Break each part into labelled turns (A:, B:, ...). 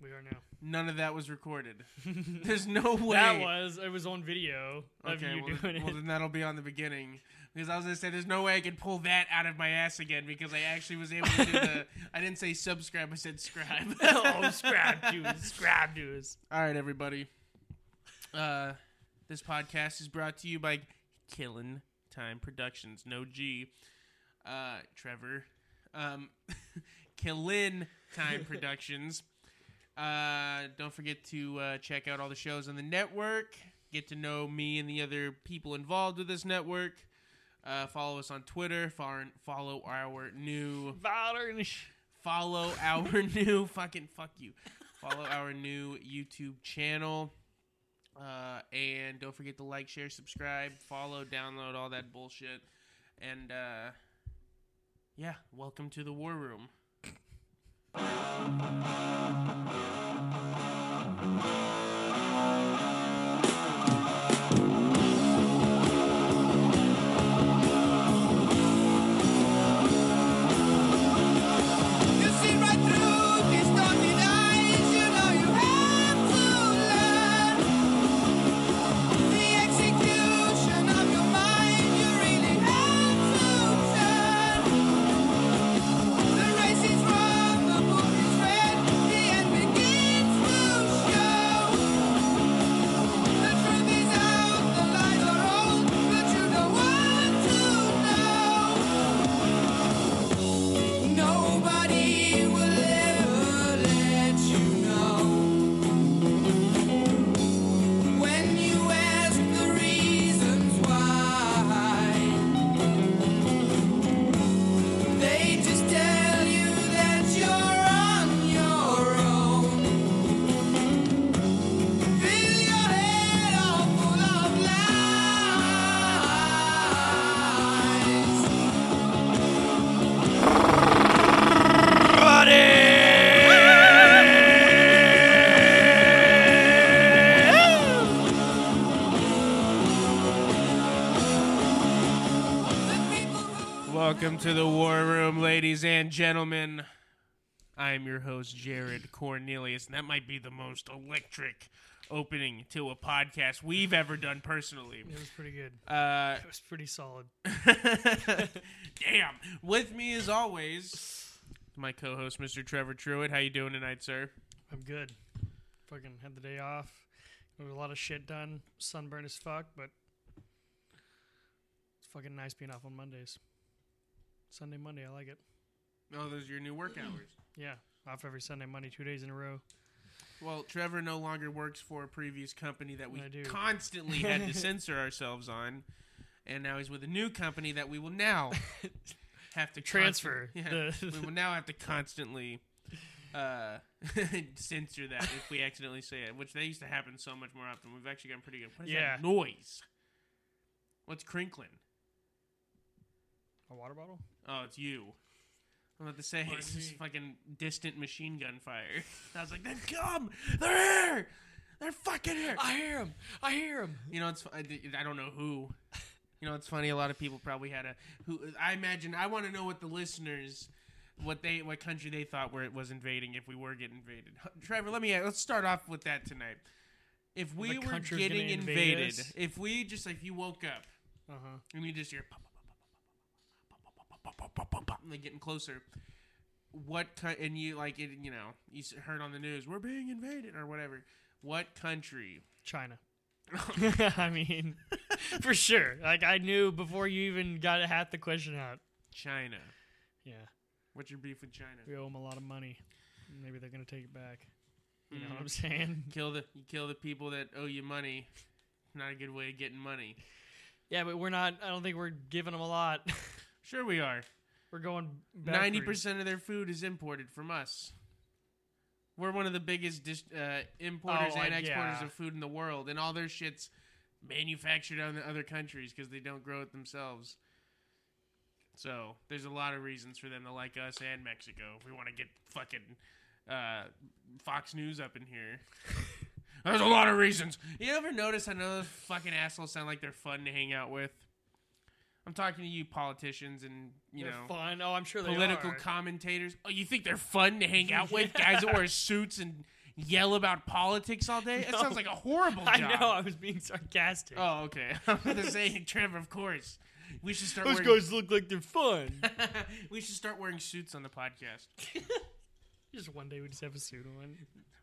A: we are now.
B: None of that was recorded. There's no way.
A: That was it was on video of
B: Okay,
A: you
B: well,
A: doing
B: well,
A: it.
B: then that'll be on the beginning because I was gonna say there's no way I could pull that out of my ass again because I actually was able to do the. I didn't say subscribe, I said scribe.
A: oh, scrap juice, scrap juice.
B: All right, everybody. Uh, this podcast is brought to you by Killin' Time Productions. No G. Uh, Trevor. Um, Killin' Time Productions. Uh, don't forget to uh, check out all the shows on the network. Get to know me and the other people involved with this network. Uh, follow us on Twitter. Follow, follow our new
A: Violence.
B: follow our new fucking fuck you. Follow our new YouTube channel. Uh, and don't forget to like, share, subscribe, follow, download, all that bullshit. And uh, yeah, welcome to the war room.
C: You see right through these naughty eyes. You know you have to learn the execution of your mind. You really have to turn. The race is wrong, the book is red. The end begins to show. The truth is out, the lies are old, but you don't want to know. Nobody will ever let you know. When you ask the reasons why, they just tell you that you're on your own. Fill your head all full of lies. The people who
B: Welcome to the war room, ladies and gentlemen. I am your host, Jared Cornelius, and that might be the most electric opening to a podcast we've ever done personally.
A: It was pretty good.
B: Uh,
A: It was pretty solid.
B: Damn. With me as always, my co-host, Mr. Trevor Truitt. How you doing tonight, sir?
A: I'm good. Fucking had the day off. There was a lot of shit done. Sunburned as fuck, but it's fucking nice being off on Mondays. Sunday, Monday, I like it.
B: Oh, those are your new work hours.
A: Yeah, off every Sunday, Monday, two days in a row.
B: Well, Trevor no longer works for a previous company that we
A: I do.
B: constantly had to censor ourselves on, and now he's with a new company that we will now have to
A: Transfer.
B: constant-
A: The-
B: yeah, we will now have to constantly uh, censor that if we accidentally say it, which that used to happen so much more often. We've actually gotten pretty good. What is
A: Yeah.
B: that noise? What's crinkling?
A: A water bottle?
B: Oh, it's you. I'm about to say it's just fucking distant machine gun fire. I was like, they come! They're here! They're fucking here!
D: I hear him. I hear him.
B: You know, it's fu- I, di- I don't know who. You know, it's funny. A lot of people probably had a who. I imagine I want to know what the listeners, what they, what country they thought where it was invading if we were getting invaded. Huh, Trevor, let me uh, let's start off with that tonight. If we
A: The
B: were
A: country's
B: getting
A: gonna invade
B: invaded,
A: us?
B: if we just like you woke up
A: Uh huh.
B: and you just hear pop, pop, pop, pop, pop, pop, pop, pop, pop, pop, pop, and they're getting closer. What co- and you like it? You know, you s- heard on the news we're being invaded or whatever. What country?
A: China. I mean, for sure. Like I knew before you even got half the question out.
B: China.
A: Yeah,
B: What's your beef with China?
A: we owe them a lot of money. Maybe they're gonna take it back. You know what I'm saying?
B: Kill the you kill the people that owe you money. Not a good way of getting money.
A: Yeah, but we're not. I don't think we're giving them a lot.
B: Sure, we are.
A: we're going
B: Ninety
A: backwards.
B: percent of their food is imported from us. We're one of the biggest dis- uh, importers
A: Oh,
B: and
A: I-
B: exporters
A: yeah.
B: of food in the world, and all their shits manufactured on the other countries because they don't grow it themselves. So there's a lot of reasons for them to like us and Mexico. If we want to get fucking uh, Fox News up in here. There's a lot of reasons. You ever notice how those fucking assholes sound like they're fun to hang out with? I'm talking to you politicians and you
A: They're
B: know
A: fun. Oh, I'm sure they
B: political
A: are.
B: commentators. Oh, you think they're fun to hang out with? Guys that wear suits and yell about politics all day? That
A: No.
B: sounds like a horrible job.
A: I know. I was being sarcastic.
B: Oh, okay. I'm gonna say, Trevor. Of course, we should start.
A: Those
B: wearing,
A: guys look like they're fun.
B: we should start wearing suits on the podcast.
A: just one day we just have a suit on.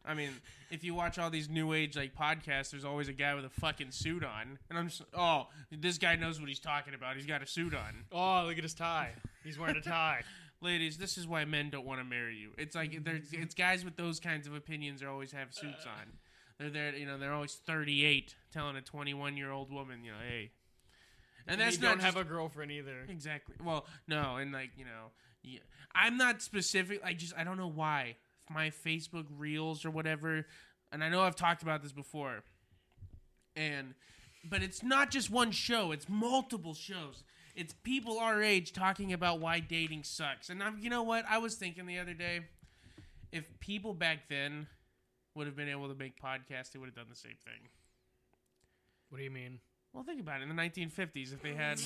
B: I mean, if you watch all these new age like podcasts, there's always a guy with a fucking suit on, and I'm just oh, this guy knows what he's talking about. He's got a suit on.
A: Oh, look at his tie. He's wearing a tie.
B: Ladies, this is why men don't want to marry you. It's
A: Mm-hmm.
B: like there's it's guys with those kinds of opinions are always have suits on. They're there, you know. They're always 38 telling a 21 year old woman, you know, hey. And that's
A: you
B: not
A: don't have
B: just-
A: a girlfriend either.
B: Exactly. Well, no, and like you know, yeah, I'm not specific. I just I don't know why my Facebook Reels or whatever, and I know I've talked about this before, and but it's not just one show; it's multiple shows. It's people our age talking about why dating sucks. And I'm, you know what? I was thinking the other day, if people back then would have been able to make podcasts, they would have done the same thing.
A: What do you mean?
B: Well, think about it. In the 1950s, if they had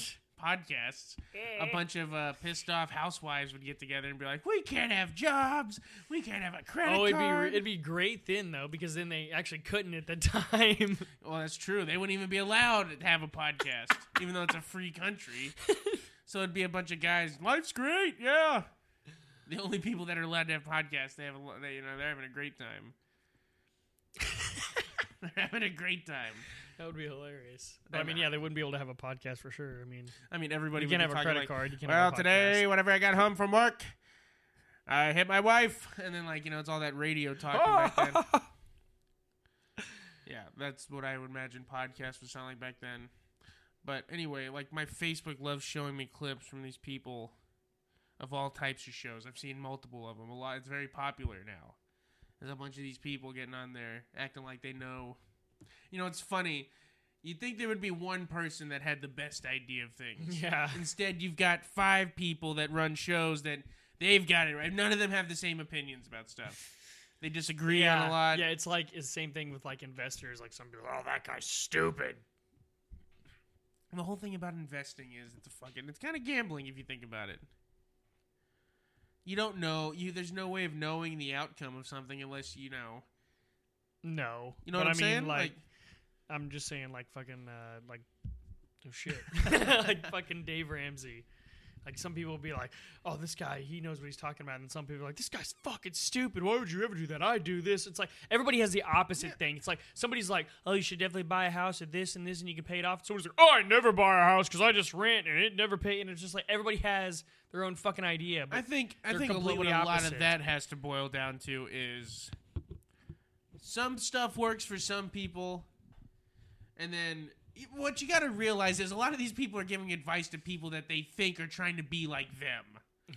B: podcasts, a bunch of uh, pissed off housewives would get together and be like, "We can't have jobs. We can't have a credit
A: Oh, it'd be
B: card."
A: it'd be great then though, because then they actually couldn't at the time.
B: well, that's true. They wouldn't even be allowed to have a podcast, even though it's a free country. so it'd be a bunch of guys. Life's great. Yeah. The only people that are allowed to have podcasts, they have, a, lo- they, you know, they're having a great time. they're having a great time.
A: that would be hilarious. But, I
B: They're
A: mean,
B: not.
A: yeah, they wouldn't be able to have a podcast for sure. I mean,
B: I mean, everybody.
A: You can't
B: uh, would be
A: have a
B: talking
A: credit
B: like,
A: card, you can't
B: well,
A: have a
B: today, whenever I got home from work, I hit my wife, and then like you know, it's all that radio talking back then. Yeah, that's what I would imagine podcasts would sound like back then. But anyway, like my Facebook loves showing me clips from these people of all types of shows. I've seen multiple of them. A lot. It's very popular now. There's a bunch of these people getting on there acting like they know. You know, it's funny. You'd think there would be one person that had the best idea of things.
A: yeah,
B: Instead, you've got five people that run shows that they've got it right. None of them have the same opinions about stuff. They disagree
A: yeah,
B: on a lot.
A: yeah. It's like it's the same thing with like investors. Like some people, oh, that guy's stupid.
B: And the whole thing about investing is it's a fucking it's kind of gambling if you think about it. You don't know you. There's no way of knowing the outcome of something unless you know.
A: No,
B: You know
A: But
B: what I'm
A: I mean,
B: saying?
A: Like, I'm just saying, like fucking, uh, like, oh shit, like fucking Dave Ramsey. Like some people will be like, "Oh, this guy, he knows what he's talking about," and some people are like, "This guy's fucking stupid. Why would you ever do that? I do this." It's like everybody has the opposite thing. It's like somebody's like, "Oh, you should definitely buy a house at this and this, and you can pay it off." Someone's like, "Oh, I never buy a house because I just rent and it never pay." And it's just like everybody has their own fucking idea. But
B: I think I
A: they're
B: think a lo- what
A: completely
B: a lot of
A: opposite.
B: that has to boil down to is some stuff works for some people, and then y- what you got to realize is a lot of these people are giving advice to people that they think are trying to be like them.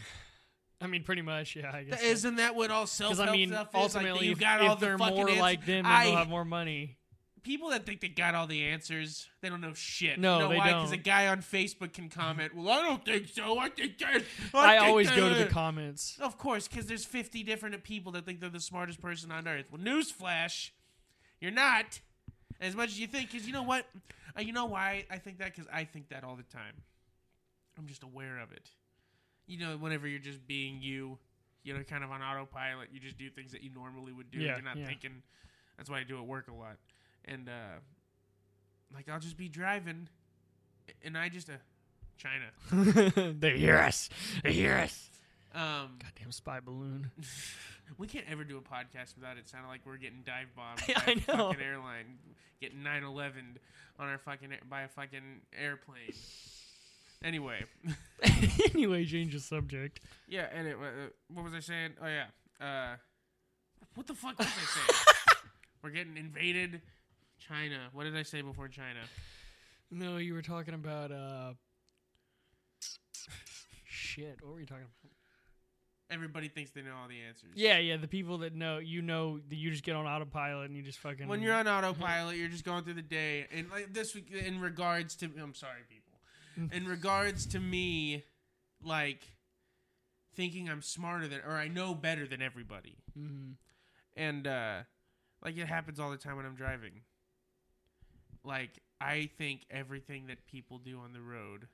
A: I mean, pretty much, yeah. I guess so.
B: Isn't that what all self
A: Because
B: help
A: I mean,
B: stuff is? Like,
A: ultimately,
B: you
A: if-
B: got
A: if
B: all the
A: they're
B: fucking
A: more
B: answers.
A: like them, then
B: I,
A: they'll have more money.
B: people that think they got all the answers, they don't know shit.
A: No,
B: you know
A: they
B: why?
A: don't.
B: Because a guy on Facebook can comment, "Well, I don't think so. I think that."
A: I,
B: think
A: always go to the
B: that."
A: comments.
B: Of course, because there's 50 different people that think they're the smartest person on earth. Well, newsflash, you're not as much as you think. Because you know what? Uh, you know why I think that? Because I think that all the time. I'm just aware of it. You know, whenever you're just being you, you know, kind of on autopilot, you just do things that you normally would do.
A: Yeah,
B: you're not
A: yeah.
B: thinking. That's why I do at work a lot. And, uh, like, I'll just be driving, and I just, uh, China.
A: they hear us. They hear us.
B: Um,
A: Goddamn spy balloon.
B: We can't ever do a podcast without it sounding like we're getting dive bombed
A: Yeah,
B: by
A: I
B: a
A: know.
B: fucking airline, getting 9 11 on our fucking air- by a fucking airplane. Anyway,
A: anyway, change the subject.
B: yeah. And it, uh, what was I saying? Oh yeah. Uh, what the fuck was I saying? we're getting invaded. China. What did I say before China?
A: No, you were talking about uh. Shit, what were you talking about?
B: Everybody thinks they know all the answers.
A: Yeah, yeah, the people that know, you know, that you just get on autopilot and you just fucking.
B: When you're on autopilot, you're just going through the day. And like this, week- in regards to, I'm sorry, people. In regards to me, like thinking I'm smarter than, or I know better than everybody,
A: Mhm.
B: and uh like it happens all the time when I'm driving. Like I think everything that people do on the road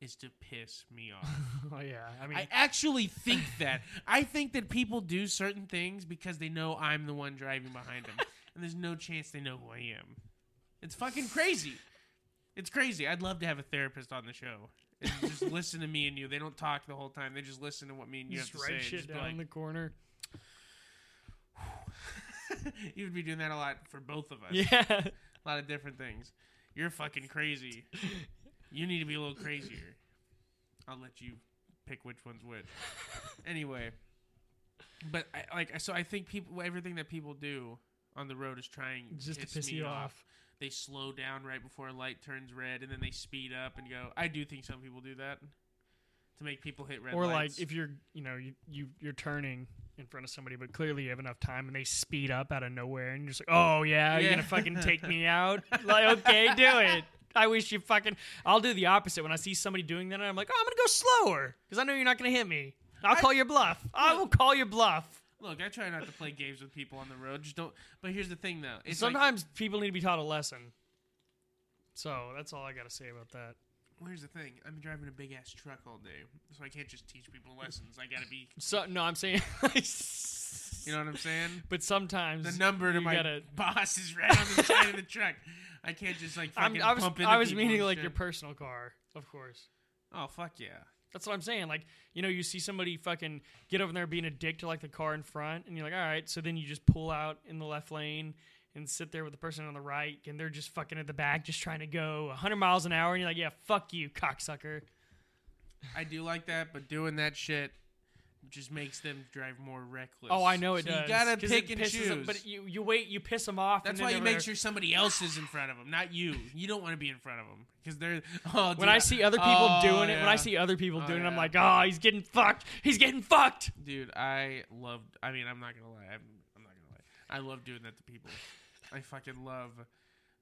B: is to piss me off.
A: Oh yeah, I mean,
B: I actually think that. I think that people do certain things because they know I'm the one driving behind them, and there's no chance they know who I am. It's fucking crazy. It's crazy. I'd love to have a therapist on the show. And just listen to me and you. They don't talk the whole time. They just listen to what me and you
A: just
B: have to say.
A: write
B: and
A: shit
B: just be
A: down
B: like,
A: in the corner.
B: you would be doing that a lot for both of us.
A: Yeah.
B: A lot of different things. You're fucking crazy. you need to be a little crazier. I'll let you pick which one's which. anyway, but I, like so, I think people everything that people do on the road is trying
A: Just to piss you off.
B: They slow down right before a light turns red, and then they speed up and go. I do think some people do that to make people hit red
A: or
B: lights.
A: like if you're you know you, you you're turning in front of somebody but clearly you have enough time and they speed up out of nowhere and you're just like oh yeah, you're
B: Yeah.
A: gonna fucking take me out like okay do it i wish you fucking i'll do the opposite when i see somebody doing that i'm like oh, i'm gonna go slower because i know you're not gonna hit me i'll call your bluff i will call your bluff
B: Look, I try not to play games with people on the road. Just don't. But here's the thing, though. It's like-
A: sometimes people need to be taught a lesson so that's all i gotta say about that
B: Well, Here's the thing. I'm driving a big ass truck all day, so I can't just teach people lessons. I gotta be,
A: so no i'm saying
B: you know what I'm saying?
A: but sometimes
B: The number to
A: you
B: my
A: gotta-
B: boss is right on the side of the truck. I can't just like
A: I'm,
B: fucking
A: I was,
B: pump into
A: I was
B: people
A: meaning
B: and
A: like
B: shit.
A: your personal car, of course.
B: oh fuck yeah.
A: That's what I'm saying. Like, you know, you see somebody fucking get over there being a dick to like the car in front, and you're like, all right. So then you just pull out in the left lane and sit there with the person on the right, and they're just fucking at the back, just trying to go 100 miles an hour, and you're like, yeah, fuck you, cocksucker.
B: I do like that, but doing that shit just makes them drive more reckless.
A: Oh, I know it
B: so
A: does.
B: You gotta
A: 'cause
B: pick
A: it
B: and
A: pisses
B: choose.
A: 'em- but you, you wait, you piss them off.
B: That's
A: and then
B: why you
A: they're
B: make
A: there-
B: sure somebody else is in front of them, not you. You don't want to be in front of them because they're. Oh, dude,
A: When I see other people
B: oh,
A: doing it, when I
B: yeah.
A: see other people
B: Oh,
A: doing it, I'm
B: yeah.
A: like, oh, he's getting fucked. He's getting fucked.
B: Dude, I loved. I mean, I'm not gonna lie. I'm, I'm not gonna lie. I love doing that to people. I fucking love.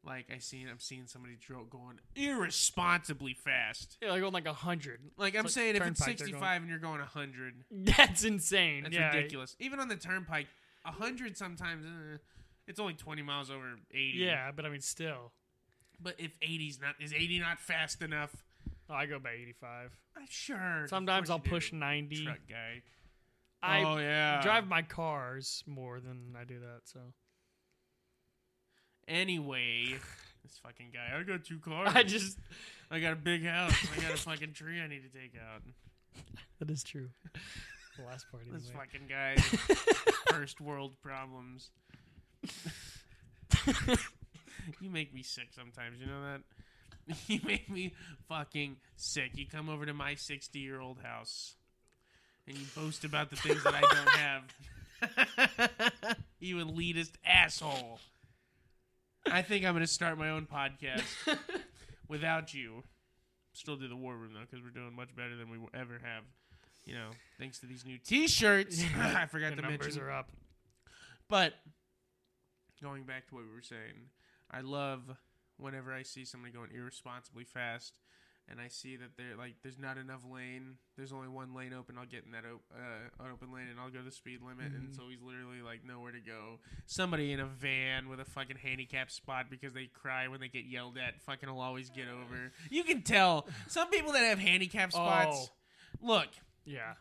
B: Like I seen, I'm seeing somebody dro- going irresponsibly fast.
A: Yeah, like going like 100.
B: Like I'm
A: like
B: saying, if it's
A: turnpike, they're
B: 65 and you're going 100,
A: That's insane.
B: that's
A: Yeah,
B: ridiculous. Even on the turnpike, 100 sometimes, eh, it's only 20 miles over 80.
A: Yeah, but I mean, still,
B: But if 80's not, is 80 not fast enough?
A: oh, I go by 85.
B: Uh, Sure. of
A: Sometimes I'll
B: course you do.
A: push 90.
B: Truck guy.
A: I
B: oh yeah.
A: drive my cars more than I do that. So
B: Anyway, this fucking guy. I got two cars.
A: I just
B: I got a big house. I got a fucking tree I need to take out.
A: that is true. The last part
B: This
A: anyway.
B: fucking guy, first world problems. you make me sick sometimes. You know that. You make me fucking sick. You come over to my sixty-year-old house, and you boast about the things that I don't have. you elitist asshole. I think I'm gonna start my own podcast without you. Still do the war room though, because we're doing much better than we w- ever have. You know, thanks to these new T-shirts. I forgot
A: the
B: to
A: numbers
B: mention.
A: are up.
B: But going back to what we were saying, I love whenever I see somebody going irresponsibly fast, and I see that they're like, there's not enough lane. There's only one lane open. I'll get in that op- uh, an open lane, and I'll go to the speed limit. And so he's literally like nowhere to go. Somebody in a van with a fucking handicap spot because they cry when they get yelled at. Fucking will always get over. You can tell some people that have handicap spots.
A: Oh.
B: Look,
A: Yeah,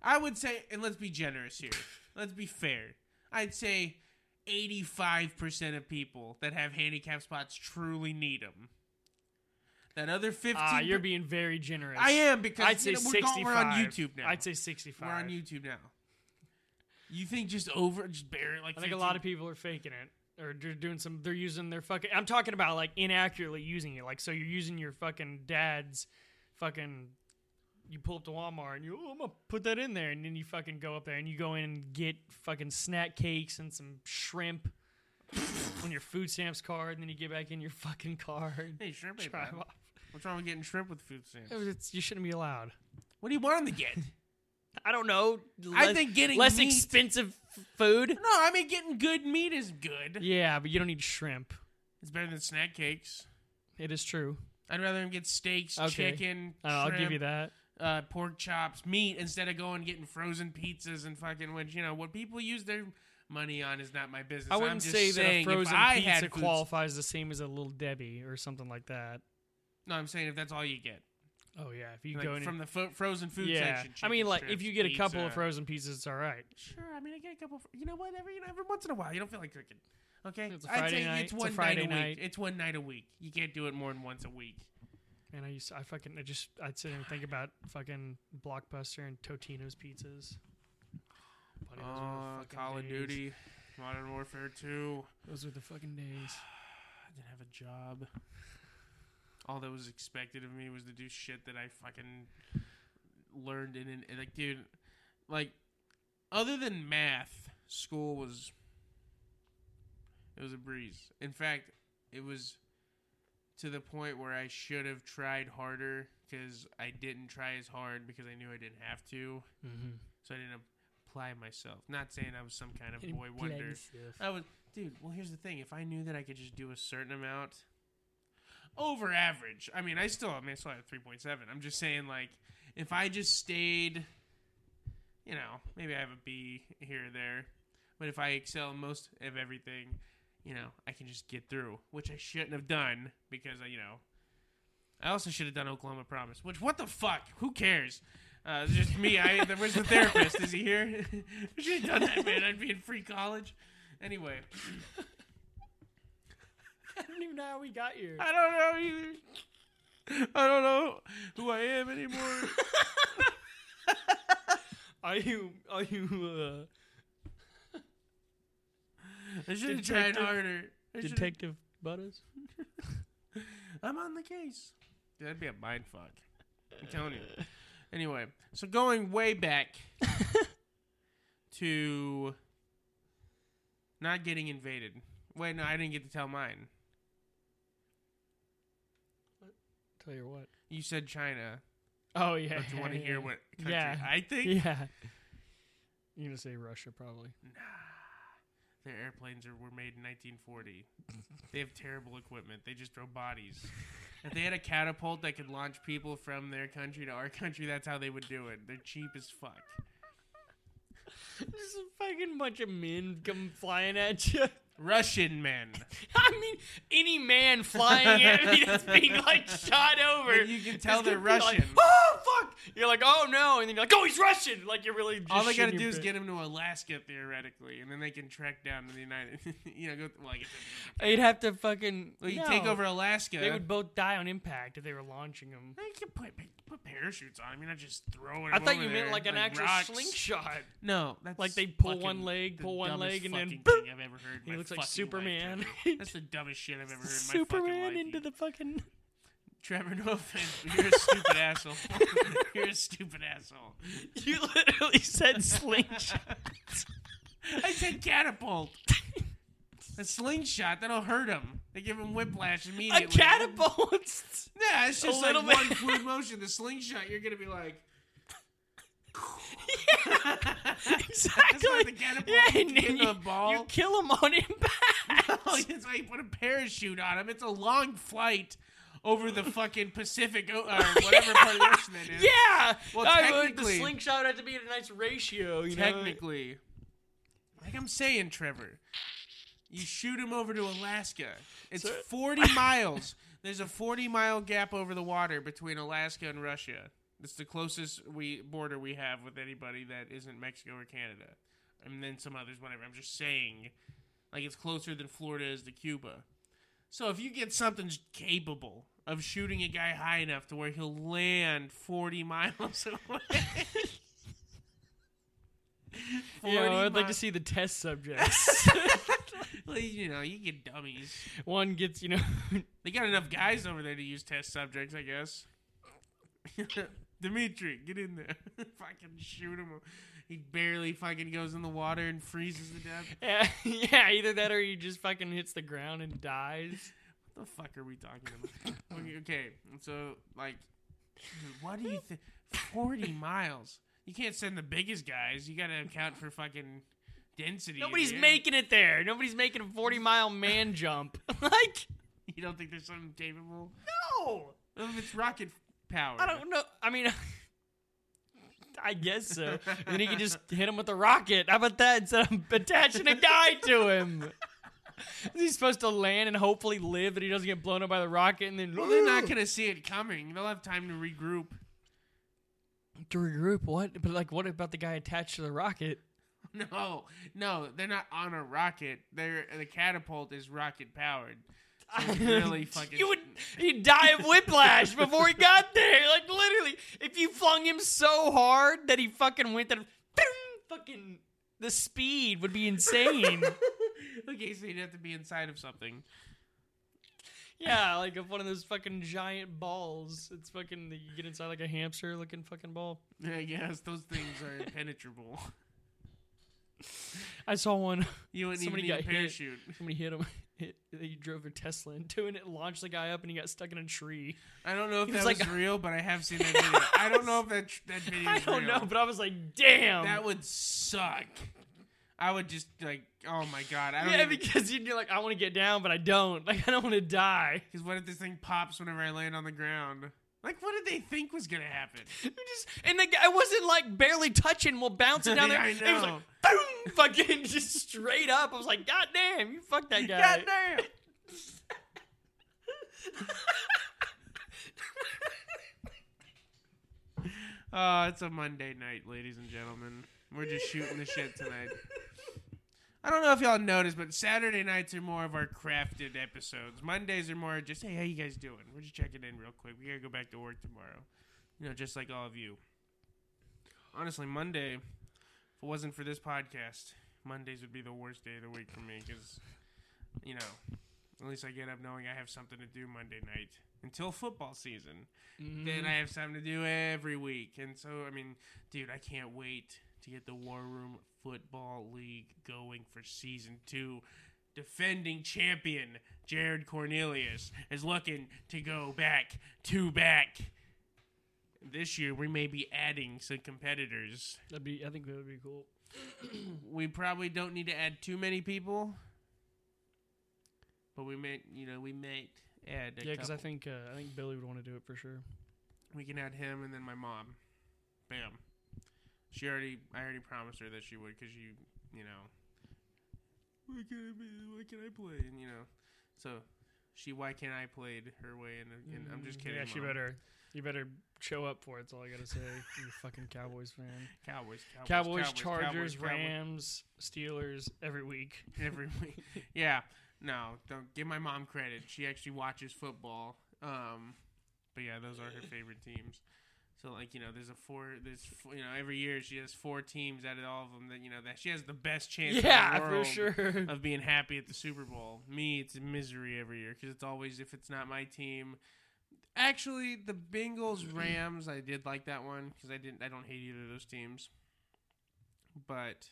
B: I would say, and let's be generous here. Let's be fair. I'd say 85% of people that have handicap spots truly need them. That other 15
A: ah, you're being very generous.
B: I am because
A: I'd say
B: you know, we're, going-
A: 65.
B: we're on YouTube now.
A: I'd say 65.
B: we're on YouTube now. You think just over just barely like
A: I think a lot
B: 15
A: of people are faking it or they're doing some. They're using their fucking. I'm talking about like inaccurately using it. Like so, you're using your fucking dad's fucking. You pull up to Walmart and you, oh, I'm gonna put that in there, and then you fucking go up there and you go in and get fucking snack cakes and some shrimp on your food stamps card, and then you get back in your fucking car and
B: Hey, shrimp ain't
A: drive
B: bad.
A: off.
B: What's wrong with getting shrimp with food stamps?
A: It was- it's- you shouldn't be allowed.
B: What do you want them to get?
A: I don't know.
B: I think getting
A: less
B: meat-
A: expensive f- food.
B: no, I mean getting good meat is good.
A: Yeah, but you don't need shrimp.
B: It's better than snack cakes.
A: It is true.
B: I'd rather them get steaks,
A: Okay.
B: chicken,
A: Uh, I'll give you
B: shrimp,
A: that.
B: uh, pork chops, meat instead of going and getting frozen pizzas and fucking which you know what people use their money on is not my business.
A: I
B: I'm
A: wouldn't
B: just
A: say that a
B: saying if
A: frozen
B: I had
A: pizza
B: food-
A: qualifies the same as a little Debbie or something like that.
B: No, I'm saying if that's all you get,
A: Oh yeah, if you
B: Like,
A: go in
B: from the fo- frozen food
A: yeah.
B: section.
A: I mean,
B: chicken
A: like if
B: strips,
A: you get a couple of
B: pizza.
A: frozen pizzas, it's all right.
B: Sure, I mean, I get a couple. you know what? Every you know, every once in a while, you don't feel like cooking. Okay,
A: It's a
B: I'd
A: Friday
B: say
A: night, it's
B: It's
A: a
B: one
A: Friday
B: night a
A: night.
B: week. It's one night a week. You can't do it more than once a week.
A: And I used to, I fucking I just I'd sit and think about fucking Blockbuster and Totino's pizzas. Buddy, those were the
B: Oh,
A: fucking
B: Call of
A: days.
B: Duty, Modern Warfare Two.
A: Those were the fucking days.
B: I didn't have a job. All that was expected of me was to do shit that I fucking learned in an like, dude. Like, other than math, school was it was a breeze. In fact, it was to the point where I should have tried harder because I didn't try as hard because I knew I didn't have to,
A: Mm-hmm.
B: so I didn't apply myself. Not saying I was some kind of boy wonder. I was, dude. Well, here's the thing: if I knew that I could just do a certain amount over average, I mean, I still, I mean, I still had three point seven. I'm just saying, like, if I just stayed, you know, maybe I have a B here or there, but if I excel in most of everything, you know, I can just get through, which I shouldn't have done because I, you know, I also should have done Oklahoma Promise. Which, what the fuck? Who cares? Uh, it's just me. I where's the therapist? Is he here? I should have done that, man. I'd be in free college. Anyway,
A: I don't even know how we got here.
B: I don't know either. I don't know who I am anymore.
A: Are you are
B: uh,
A: you
B: I should have tried
A: Detective-
B: harder. I
A: uh,
B: should've-
A: Detective Butters?
B: I'm on the case. Dude, that'd be a mind fuck. I'm telling you. Anyway, so going way back to not getting invaded. Wait, no, I didn't get to tell mine.
A: Tell you what.
B: You said China.
A: Oh yeah.
B: But you want to hear what country
A: Yeah.
B: I think?
A: Yeah. You're gonna say Russia probably.
B: Their airplanes are, were made in 1940. they have terrible equipment. They just throw bodies. if they had a catapult that could launch people from their country to our country, that's how they would do it. They're cheap as fuck.
A: Just a fucking bunch of men come flying at you.
B: Russian men.
A: I mean, any man flying at me that's being like shot over.
B: But you can tell
A: is gonna
B: they're
A: be like,
B: Russian.
A: oh fuck! You're like, oh no, and then you're like, oh, he's Russian. Like you're really. Just
B: All they got to
A: shitting
B: do
A: your
B: is
A: bed.
B: get them to Alaska, theoretically, and then they can trek down to the United. you know, go. Well, I guess that'd
A: They'd have to fucking.
B: be- well, you
A: no.
B: take over Alaska.
A: They would both die on impact if they were launching them.
B: They can put, put parachutes on. I mean, not just throwing.
A: I
B: them
A: thought
B: over
A: you meant
B: there,
A: like an actual
B: rocks.
A: slingshot.
B: No, that's
A: Like they pull
B: fucking
A: one leg,
B: the
A: pull one
B: dumbest
A: leg, and then
B: fucking
A: boop.
B: thing I've ever heard. in
A: He
B: my
A: looks like
B: fucking life,
A: Superman.
B: Trevor. that's the dumbest shit I've ever heard. in my
A: Superman
B: fucking life,
A: into
B: you-
A: the fucking.
B: Trevor. No offense, but you're a stupid asshole. you're a stupid asshole.
A: You literally said slingshot.
B: I said catapult. A slingshot that'll hurt him. They give him whiplash
A: A
B: immediately.
A: catapult.
B: Yeah, it's just like
A: little
B: one
A: bit.
B: fluid motion. The slingshot, you're gonna be like,
A: exactly.
B: why the catapult
A: yeah,
B: you
A: and
B: get
A: then you,
B: the ball.
A: you kill him on impact.
B: oh, that's why you put a parachute on him. It's a long flight over the fucking Pacific o- or whatever part of the ocean that is.
A: Yeah.
B: Well,
A: I would-
B: technically-
A: the slingshot would have to be at a nice ratio. You
B: technically, like I'm saying, Trevor, you shoot him over to Alaska. It's
A: Sir?
B: 40 miles. There's a 40 mile gap over the water between Alaska and Russia. It's the closest we border we have with anybody that isn't Mexico or Canada, and then some others. Whatever. I'm just saying, like it's closer than Florida is to Cuba. So if you get something capable of shooting a guy high enough to where he'll land 40 miles away. 40
A: Know? Yeah, I'd like
B: mi-
A: to see the test subjects.
B: Well, you know, you get dummies.
A: One gets, you know,
B: They got enough guys over there to use test subjects, I guess. Dimitri, get in there. fucking shoot him. He barely fucking goes in the water and freezes to death.
A: yeah, yeah, either that or he just fucking hits the ground and dies.
B: the fuck are we talking about? okay, okay, so like, dude, what do you think? Forty miles. You can't send the biggest guys. You got to account for fucking density. in
A: Nobody's
B: the air.
A: making it there. Nobody's making a 40 mile man jump. like,
B: You don't think there's something capable?
A: no.
B: Well, If it's rocket power.
A: I don't know. I mean, I guess so. And then he could just hit him with a rocket. How about that instead of attaching a guy to him? Is he supposed to land and hopefully live that he doesn't get blown up by the rocket and then
B: Well, they're not gonna see it coming. They'll have time to regroup.
A: to regroup? What? But like, what about the guy attached to the rocket?
B: No, no, they're not on a rocket. They're the catapult is rocket powered. So it's really fucking.
A: You would he'd die of whiplash before he got there. Like literally, if you flung him so hard that he fucking went that fucking the speed would be insane.
B: okay, so you'd have to be inside of something.
A: yeah, like if one of those fucking giant balls. It's fucking you get inside like a hamster looking fucking ball.
B: I guess those things are impenetrable.
A: I saw one.
B: You wouldn't
A: Somebody
B: even need a
A: got hit.
B: parachute.
A: Somebody hit him. It, he drove their Tesla into it, and it launched the guy up, and he got stuck in a tree.
B: I don't know if
A: He
B: that
A: was
B: was
A: like-
B: real, but I have seen that video. I don't know if that that video.
A: I
B: is
A: don't
B: real.
A: know, but I was like, "Damn!"
B: that would suck. I would just like, oh my god, I don't.
A: yeah,
B: even,
A: because you'd be like, "I want to get down, but I don't. Like, I don't want to die."
B: Because what if this thing pops whenever I land on the ground? Like, what did they think was gonna happen?
A: You just and the guy wasn't like barely touching. We'll bounce it down there.
B: Yeah, I
A: It was like,
B: know.
A: boom, fucking just straight up. I was like, "God damn, you fucked that guy."
B: God damn! Oh, it's a Monday night, ladies and gentlemen. We're just shooting the shit tonight. I don't know if y'all noticed, but Saturday nights are more of our crafted episodes. Mondays are more just, hey, how you guys doing? We're just checking in real quick. We gotta go back to work tomorrow. You know, just like all of you. Honestly, Monday, if it wasn't for this podcast, Mondays would be the worst day of the week for me because, you know, at least I get up knowing I have something to do Monday night until football season.
A: Mm-hmm.
B: Then I have something to do every week. And so, I mean, dude, I can't wait to get the War Room Football League going for season two. Defending champion Jared Cornelius is looking to go back to back. This year, we may be adding some competitors
A: That'd be. I think that would be cool.
B: we probably don't need to add too many people, but we may, you know, we might add. A
A: Yeah, because I
B: couple.
A: think uh, I think Billy would want to do it for sure.
B: we can add him and then my mom. Bam. She already, I already promised her that she would because you, you know, why can I be? Why can I play? And you know, so she, why can't I played her way? And, and I'm just kidding.
A: Mm-hmm. Yeah, she
B: Mom.
A: better. You better show up for it. That's all I gotta say. you fucking Cowboys fan.
B: Cowboys, Cowboys,
A: Cowboys,
B: Cowboys,
A: Chargers,
B: Cowboys, Cowboys.
A: Rams, Steelers every week.
B: every week. Yeah. No, don't give my mom credit. She actually watches football. Um, but yeah, those are her favorite teams. So like you know, there's a four. There's f- you know every year she has four teams out of all of them that you know that she has the best chance. in the
A: yeah, for
B: world
A: sure.
B: Of being happy at the Super Bowl. Me, it's misery every year because it's always if it's not my team. Actually, the Bengals Rams, I did like that one because I didn't. I don't hate either of those teams. But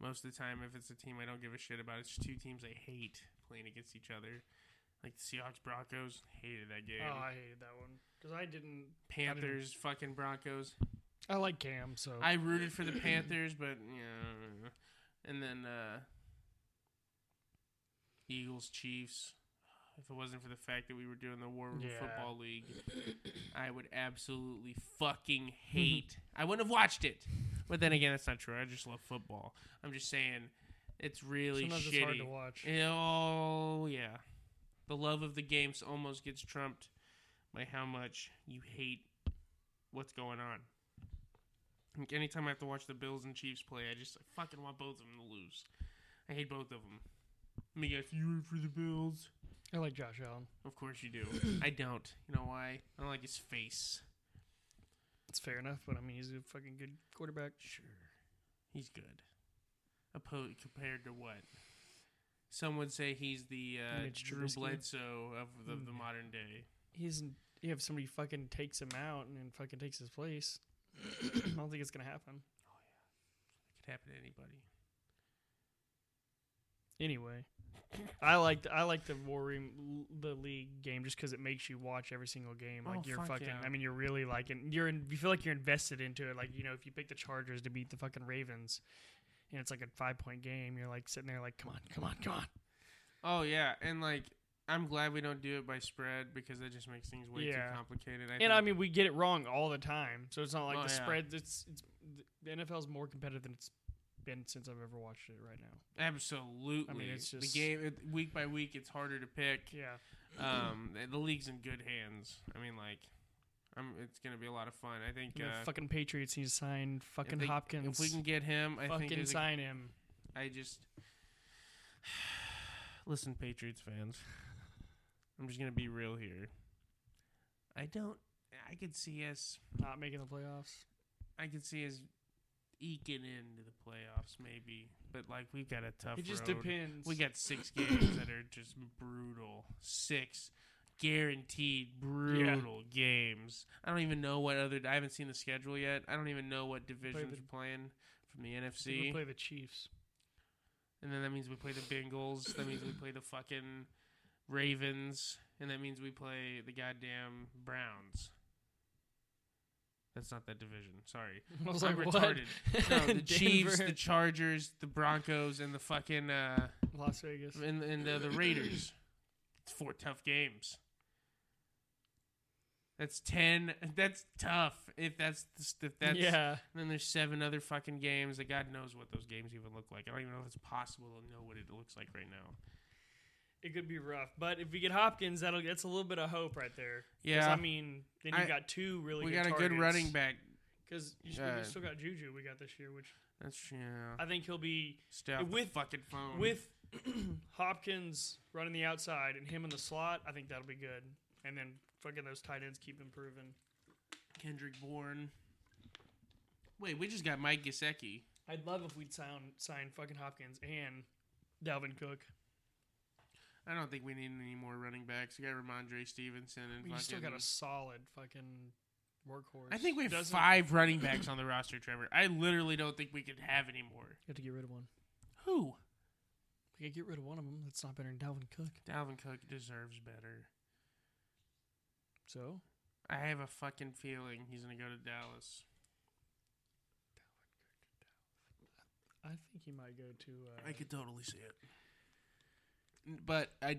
B: most of the time, if it's a team I don't give a shit about, it's two teams I hate playing against each other. Like the Seahawks Broncos, hated that game.
A: Oh, I hated that one because I didn't.
B: Panthers, fucking Broncos.
A: I like Cam, so
B: I rooted for the Panthers, but yeah. And then uh, Eagles, Chiefs. If it wasn't for the fact that we were doing the War Room
A: Yeah.
B: Football League, I would absolutely fucking hate. I wouldn't have watched it. But then again, that's not true. I just love football. I'm just saying, it's really
A: sometimes
B: shitty.
A: it's hard to watch.
B: Oh yeah, the love of the games almost gets trumped by how much you hate what's going on. Like anytime I have to watch the Bills and Chiefs play, I just I fucking want both of them to lose. I hate both of them. Let me guess, you root for the Bills?
A: I like Josh Allen.
B: Of course you do. I don't. You know why? I don't like his face.
A: It's fair enough, but I mean, he's a fucking good quarterback.
B: Sure, he's good. Oppo- compared to what? Some would say he's the uh,
A: Mitch
B: Drew
A: Trubisky? Mm.
B: Bledsoe of the, the modern day.
A: He isn't. You have somebody fucking takes him out and then fucking takes his place. I don't think it's gonna happen.
B: Could happen to anybody.
A: Anyway, I like I like the War Room the league game just because it makes you watch every single game. Like
B: Oh,
A: you're
B: fuck
A: fucking.
B: yeah.
A: I mean, you're really like and you're in, you feel like you're invested into it. Like you know, if you pick the Chargers to beat the fucking Ravens, and it's like a five point game, you're like sitting there like, come on, come on, come on.
B: Oh yeah, and like I'm glad we don't do it by spread because that just makes things way
A: Yeah.
B: too complicated. I
A: And I
B: think-
A: mean, we get it wrong all the time, so it's not like
B: Oh,
A: the
B: yeah.
A: spread. It's, it's the NFL's more competitive than it's
E: been since I've ever watched it right now.
B: Absolutely.
E: it's just-
B: the game it, week by week. It's harder to pick.
E: Yeah.
B: Um, the- the league's in good hands. I mean, like, I'm. It's gonna be a lot of fun. I think.
E: The
B: Uh,
E: fucking Patriots need to sign
B: if
E: fucking
B: they-
E: Hopkins.
B: If we can get him, I think.
E: fucking
B: there's a-
E: sign him.
B: I just listen, Patriots fans. I'm just gonna be real here. I don't. I could see us.
E: Not making the playoffs.
B: I could see us eking into the playoffs, maybe. But like, we've got a tough.
E: It just
B: road.
E: depends.
B: We got six games that are just brutal. Six guaranteed brutal games. I don't even know what other. I haven't seen the schedule yet. I don't even know what divisions
E: the-
B: we're playing from the
E: I think we
B: NFC.
E: play the Chiefs.
B: and then that means we play the Bengals. That means we play the fucking Ravens. And that means we play the goddamn Browns. That's not that division. Sorry.
E: I was
B: I'm
E: like, what?
B: retarded. No, the Chiefs,
E: Denver.
B: the Chargers, the Broncos, and the fucking. Uh,
E: Las Vegas.
B: and, and uh, the Raiders. It's four tough games. That's ten. That's tough. If that's if that's
E: yeah.
B: And then there's seven other fucking games that God knows what those games even look like. I don't even know if it's possible to know what it looks like right now.
E: It could be rough, but if we get Hopkins, that'll that's a little bit of hope right there. 'Cause,
B: Yeah.
E: I mean, then you
B: I-
E: got two really.
B: we
E: good
B: got a good running back.
E: because you, s-
B: Yeah.
E: we still got Juju we got this year, which
B: That's yeah.
E: I think he'll be
B: Stay off
E: with-
B: the fucking phone.
E: with Hopkins running the outside and him in the slot. I think that'll be good, and then fucking those tight ends keep improving.
B: Kendrick Bourne. Wait, we just got Mike Gesicki.
E: I'd love if we'd sound sign fucking Hopkins and Dalvin Cook.
B: I don't think we need any more running backs. We got Ramondre Stevenson and
E: We still got
B: fucking-
E: a solid fucking workhorse.
B: I think we have
E: Doesn't-
B: five running backs on the roster, Trevor. I literally don't think we could have any more.
E: You have to get rid of one.
B: Who?
E: We could get rid of one of them. That's not better than Dalvin Cook.
B: Dalvin Cook deserves better.
E: So
B: I have a fucking feeling he's gonna go to Dallas.
E: I think he might go to. Uh,
B: I could totally see it. But I,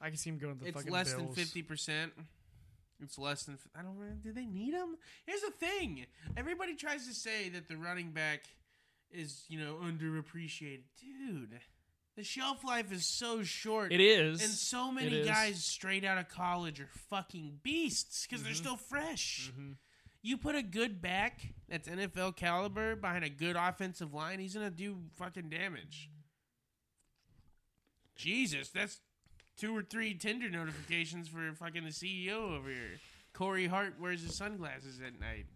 E: I can see him going to the
B: it's
E: fucking
B: less than
E: Bills.
B: fifty percent. It's less than. f- I don't. really- Do they need him? Here's the thing. Everybody tries to say that the running back is you know underappreciated, dude. The shelf life is so short.
E: It is.
B: And so
E: It
B: many
E: is.
B: guys straight out of college are fucking beasts because
E: Mm-hmm.
B: they're still fresh. You put a good back that's NFL caliber behind a good offensive line, he's gonna do fucking damage. Jesus, that's two or three Tinder notifications for fucking the CEO over here. Corey Hart wears his sunglasses at night.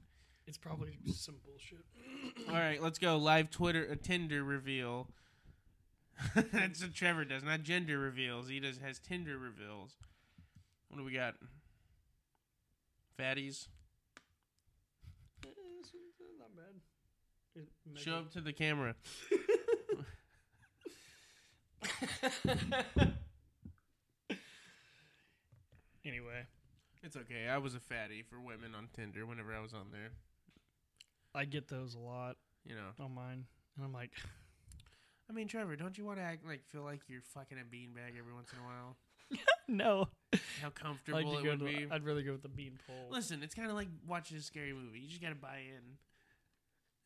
E: It's probably some bullshit.
B: All right, let's go live Twitter a Tinder reveal. That's what Trevor does, not gender reveals. He does has Tinder reveals. What do we got? Fatties,
E: not bad.
B: show up to the camera.
E: Anyway,
B: It's okay. I was a fatty for women on Tinder whenever I was on there.
E: I get those a lot
B: You know.
E: on mine, and I'm like,
B: I mean, Trevor, don't you want to act like feel like you're fucking a beanbag every once in a while?
E: no.
B: How
E: I'd,
B: comfortable
E: like to
B: it
E: go
B: would
E: to,
B: be.
E: I'd really go with the bean pole.
B: Listen, it's kind of like watching a scary movie. You just gotta buy in.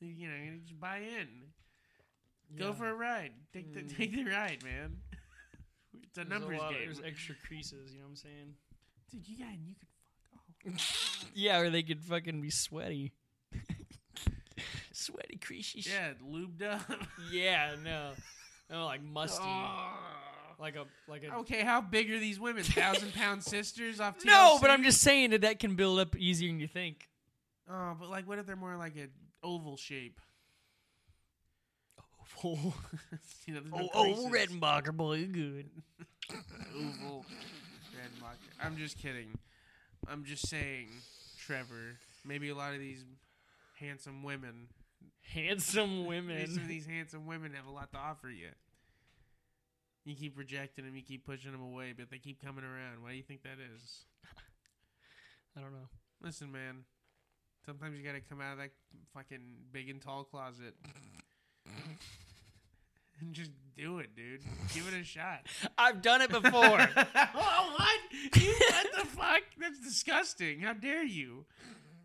B: You know, you just buy in. Go
E: Yeah. Hmm.
B: for a ride. Take the take the ride, man. It's a
E: There's
B: numbers
E: lot-
B: game.
E: There's extra creases. You know what I'm saying?
B: Dude, you got you could fuck off.
E: Yeah, or they could fucking be sweaty. sweaty creases. Yeah.
B: Yeah, lubed up.
E: Yeah. No. No, like musty.
B: Oh.
E: Like a like a.
B: Okay, how big are these women? Thousand pound sisters off TLC?
E: No, but I'm just saying that that can build up easier than you think.
B: Oh, but like, what if they're more like an oval shape?
E: Oh,
B: you know, there's no
E: oh, oh
B: creases.
E: Redenbacher boy, good.
B: oval red marker. I'm just kidding. I'm just saying, Trevor. Maybe a lot of these handsome women,
E: Handsome
B: maybe some of
E: women.
B: these handsome women have a lot to offer you. You keep rejecting them, you keep pushing them away, but they keep coming around. Why do you think that is?
E: I don't know.
B: Listen, man. Sometimes you gotta come out of that fucking big and tall closet. And just do it, dude. Give it a shot.
E: I've done it before.
B: oh, what? You, what the fuck? That's disgusting. How dare you?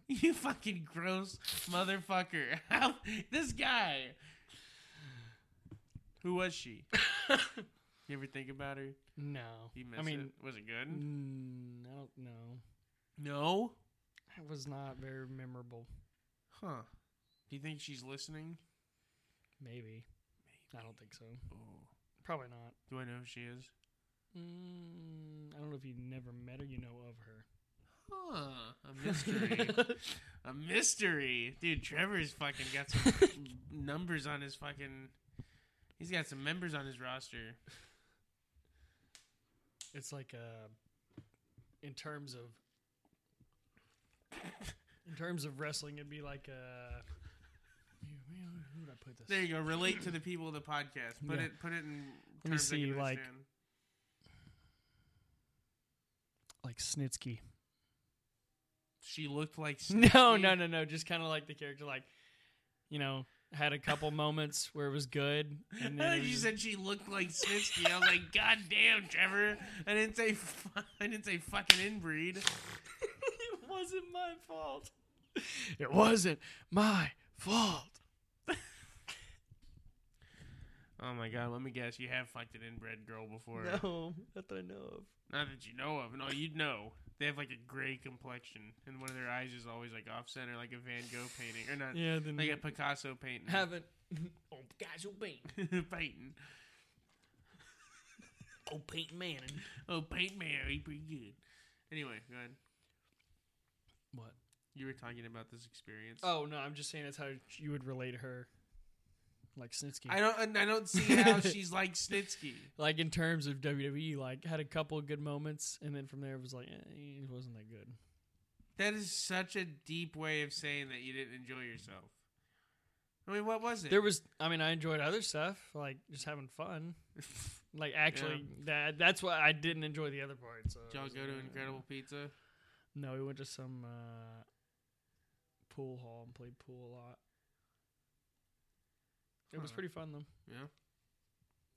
B: You fucking gross motherfucker. How, this guy. Who was she? you ever think about her?
E: No.
B: You miss
E: I mean,
B: it. was it good?
E: mm, I don't know.
B: No.
E: It was not very memorable.
B: Huh. Do you think she's listening?
E: Maybe. I don't think so.
B: Oh.
E: Probably not.
B: Do I know who she is?
E: Mm, I don't know if you never met her, you know of her.
B: Huh. A mystery. a mystery. Dude, Trevor's fucking got some numbers on his fucking. He's got some members on his roster.
E: It's like uh in terms of in terms of wrestling it'd be like uh who would I put this?
B: There you go. Relate to the people of the podcast. Put
E: Yeah.
B: it. Put it in.
E: Let me
B: terms they
E: see,
B: can
E: like-
B: understand.
E: Like Snitsky.
B: She looked like.
E: No,
B: Snitsky.
E: no, no, no. Just kind of like the character, like you know, had a couple moments where it was good, and then it was
B: you
E: just-
B: said she looked like Snitsky. I was like, God damn, Trevor. I didn't say fu- I didn't say fucking inbreed.
E: it wasn't my fault. It wasn't my fault.
B: Oh my god, let me guess. You have fucked an inbred girl before.
E: No, not that I know of.
B: Not that you know of. No, you'd know. They have like a gray complexion, and one of their eyes is always like off center, like a Van Gogh painting, or not,
E: Yeah, then
B: like a Picasso painting.
E: haven't. Oh, guys, oh, paint,
B: painting.
E: oh, paint man.
B: Oh, paint man, he pretty good. Anyway, go ahead.
E: What?
B: You were talking about this experience.
E: Oh no, I'm just saying that's how you would relate her, like Snitsky.
B: I don't. I don't see how she's like Snitsky.
E: like in terms of WWE, like had a couple of good moments, and then from there it was like eh, it wasn't that good.
B: That is such a deep way of saying that you didn't enjoy yourself. I mean, what was it?
E: There was, I mean, I enjoyed other stuff, like just having fun. Like actually, that that's why I didn't enjoy the other part. So
B: Did y'all
E: it's
B: go
E: like,
B: to
E: uh,
B: Incredible Pizza?
E: No, we went to some uh, pool hall and played pool a lot. It was
B: Huh.
E: pretty fun though.
B: Yeah.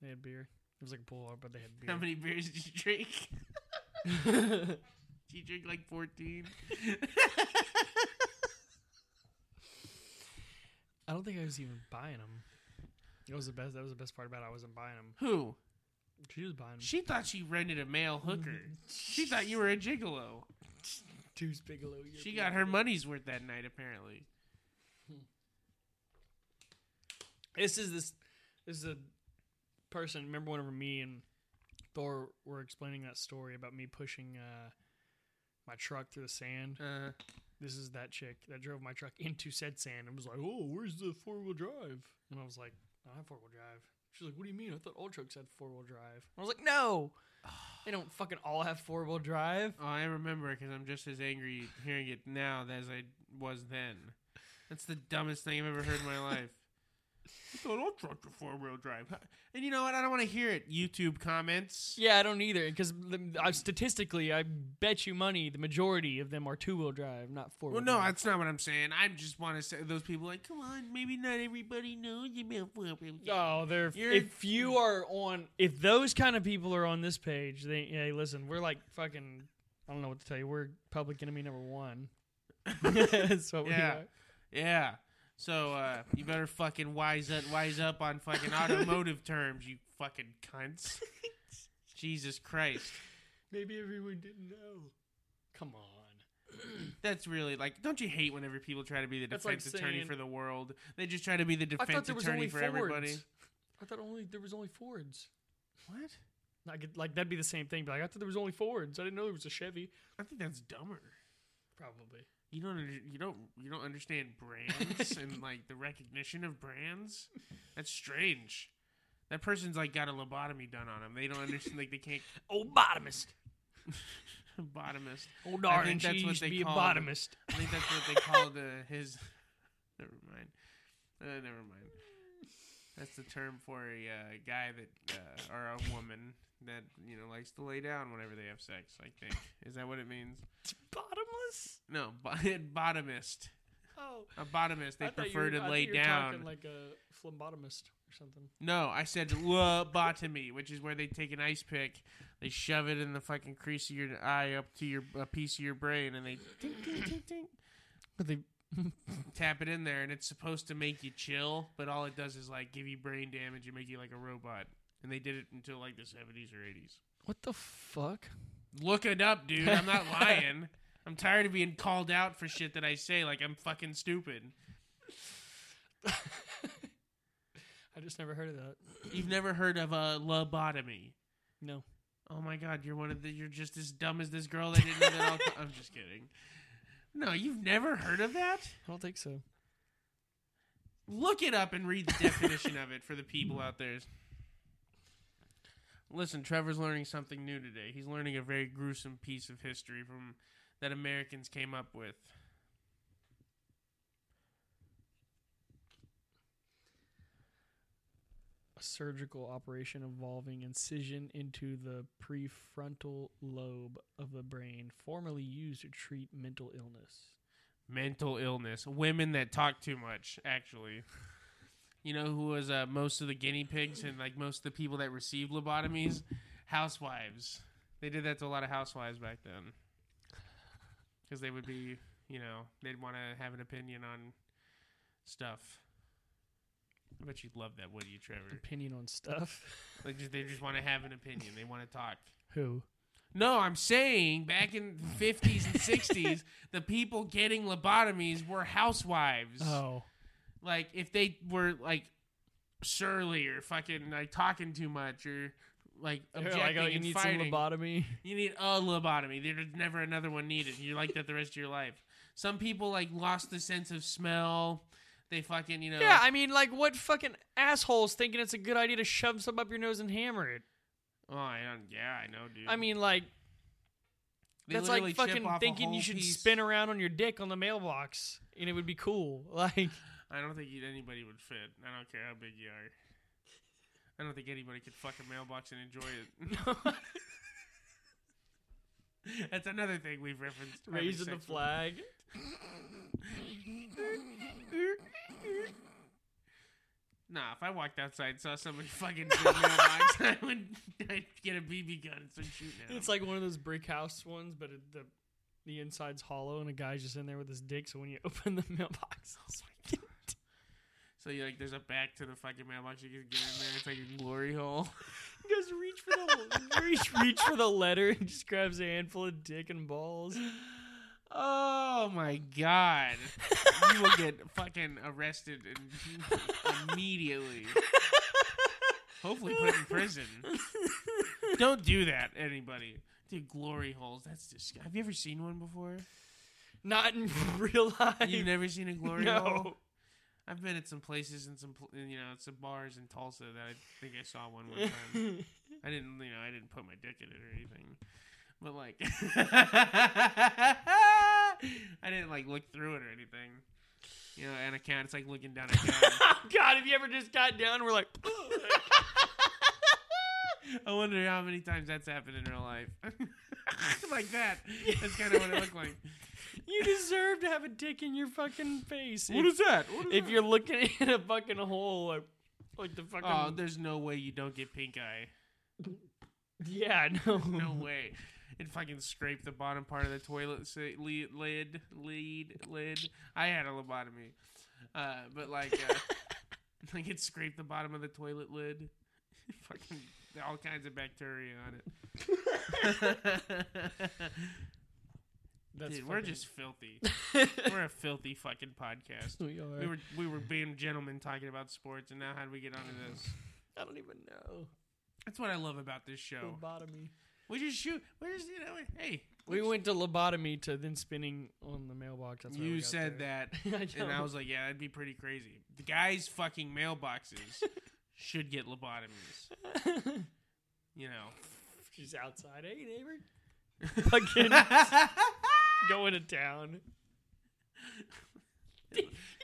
E: They had beer. It was like a pool hall, but they had
B: How
E: beer.
B: many beers did you drink? Did you drink like fourteen?
E: I don't think I was even buying them. It was the best. That was the best part about it. I wasn't buying them.
B: Who?
E: She was buying 'em.
B: She thought she rented a male hooker. She thought you were a gigolo.
E: Deuce Bigelow. you're
B: She got her money's worth that night, apparently.
E: This is this. This is a person. Remember, whenever me and Thor were explaining that story about me pushing uh, my truck through the sand.
B: Uh,
E: This is that chick that drove my truck into said sand and was like, "Oh, where's the four wheel drive?" And I was like, "I don't have four wheel drive." She's like, "What do you mean? I thought all trucks had four wheel drive." I was like, "No, they don't fucking all have four wheel drive."
B: oh, I remember because I'm just as angry hearing it now as I was then. That's the dumbest thing I've ever heard in my life. I thought all trucks were four wheel drive. And you know what? I don't want to hear it. YouTube comments.
E: Yeah, I don't either because I statistically, I bet you money the majority of them are two wheel drive, not four.
B: Well, no, that's not what I'm saying. I just want to say those people like, come on, maybe not everybody knows about four wheel drive.
E: Oh, they're
B: You're-
E: if you are on if those kind of people are on this page, they hey listen, we're like fucking I don't know what to tell you. We're public enemy number one. That's what
B: Yeah. Yeah. So uh, you better fucking wise up, wise up on fucking automotive terms, you fucking cunts. Jesus Christ,
E: we are. Maybe everyone didn't know. Come on.
B: that's really like. Don't you hate whenever people try to be the
E: That's like
B: defense attorney
E: saying-
B: for the world? They just try to be the
E: I thought
B: defense
E: there was
B: attorney
E: only
B: for
E: Fords.
B: everybody.
E: I thought only there was only Fords.
B: What?
E: Like it- like that'd be the same thing, but like, I thought there was only Fords. I didn't know there was a Chevy.
B: I think that's dumber.
E: Probably.
B: You don't under, you don't you don't understand brands and like the recognition of brands. That's strange. That person's like got a lobotomy done on them. They don't understand. Like they can't
E: Oh bottomist.
B: lobotomist.
E: Oh
B: I
E: darn,
B: think
E: she
B: that's what
E: used to
B: they
E: be a
B: call
E: bottomist.
B: I think that's what they called uh, his. Never mind. Uh, never mind. That's the term for a uh, guy that uh, or a woman that you know likes to lay down whenever they have sex. I think is that what it means?
E: Bottomless?
B: No, bo- bottomist.
E: Oh.
B: A bottomist. They
E: I thought you
B: prefer
E: were-
B: to
E: I thought
B: lay
E: you were talking
B: down.
E: like a phlebotomist or something.
B: No, I said lobotomy, which is where they take an ice pick, they shove it in the fucking crease of your eye up to your a piece of your brain, and they tink, tink, tink, tink.
E: But they
B: tap it in there, and it's supposed to make you chill, but all it does is like give you brain damage and make you like a robot. And they did it until like the 70s or 80s.
A: What the fuck?
B: Look it up, dude. I'm not lying. I'm tired of being called out for shit that I say like I'm fucking stupid.
A: I just never heard of that.
B: You've never heard of a lobotomy.
A: No.
B: Oh my god, you're one of the you're just as dumb as this girl that didn't know that all I'm just kidding. No, you've never heard of that?
A: I don't think so.
B: Look it up and read the definition of it for the people out there. Listen, Trevor's learning something new today. He's learning a very gruesome piece of history from that Americans came up with.
A: A surgical operation involving incision into the prefrontal lobe of the brain, formerly used to treat mental illness.
B: mental illness. Women that talk too much, actually. You know who was uh, most of the guinea pigs and like most of the people that received lobotomies? Housewives. They did that to a lot of housewives back then. Because they would be, you know, they'd want to have an opinion on stuff. I bet you'd love that, would you, Trevor?
A: Opinion on stuff.
B: Like, just, they just want to have an opinion. They want to talk.
A: Who?
B: No, I'm saying back in the 50s and 60s, the people getting lobotomies were housewives.
A: Oh.
B: Like if they were like surly or fucking like talking too much or like objecting
A: Like, oh, you
B: and
A: need
B: fighting,
A: some lobotomy.
B: you need a lobotomy. There's never another one needed. You're like that the rest of your life. Some people like lost the sense of smell. They fucking you know.
A: Yeah, I mean, like, what fucking assholes thinking it's a good idea to shove something up your nose and hammer it?
B: oh, I don't. Yeah, I know, dude.
A: I mean, like,
B: They
A: that's
B: literally
A: like
B: chip
A: fucking
B: off a
A: thinking you
B: whole
A: should
B: piece.
A: spin around on your dick on the mailbox and it would be cool. Like,
B: I don't think you'd- anybody would fit. I don't care how big you are. I don't think anybody could fuck a mailbox and enjoy it. That's another thing we've referenced. every
A: raising the
B: sex-
A: flag.
B: Nah, if I walked outside and saw somebody fucking do a mailbox, I would I'd get a BB gun and start shooting at 'em.
A: It's like one of those brick house ones, but it, the the inside's hollow and a guy's just in there with his dick. So when you open the mailbox, it's like-
B: so you like there's a back to the fucking mailbox you can get in there. It's like a glory hole.
A: you guys reach for the reach reach for the letter and just grabs a handful of dick and balls.
B: Oh my god. you will get fucking arrested and immediately. Hopefully put in prison. Don't do that, anybody. Dude, glory holes. That's disgusting. Have you ever seen one before?
A: Not in real life.
B: You've never seen a glory hole?
A: no.
B: I've been at some places and some, pl- and, you know, some bars in Tulsa that I think I saw one one time. I didn't, you know, I didn't put my dick in it or anything, but like, I didn't like look through it or anything. You know, on a count, it's like looking down a count.
A: Oh, God, have you ever just got down and we're like,
B: I wonder how many times that's happened in real life. like that. That's kind of what it looked like.
A: you deserve to have a dick in your fucking face. if,
B: that?
A: if you're looking in a fucking hole, like, like the fucking.
B: Oh, there's no way you don't get pink eye.
A: yeah, no.
B: No way. It fucking scraped the bottom part of the toilet sa- le- lid, lid, lid. I had a lobotomy, uh, but like, uh, like it scraped the bottom of the toilet lid. fucking all kinds of bacteria on it.
A: That's
B: Dude, we're
A: fucking-
B: just filthy. we're a filthy fucking podcast.
A: We are.
B: We were we were being gentlemen talking about sports, and now how do we get onto this?
A: I don't even know.
B: That's what I love about this show.
A: Lobotomy.
B: We just shoot. We're just you know. Hey,
A: We went to lobotomy to then spinning on the mailbox. That's why we
B: you
A: got
B: said
A: there.
B: that.
A: I
B: And I
A: know.
B: was like, yeah, that'd be pretty crazy. The guys' fucking mailboxes should get lobotomies. You
A: She's outside. Hey, neighbor.
B: know.
A: Fucking going to town. You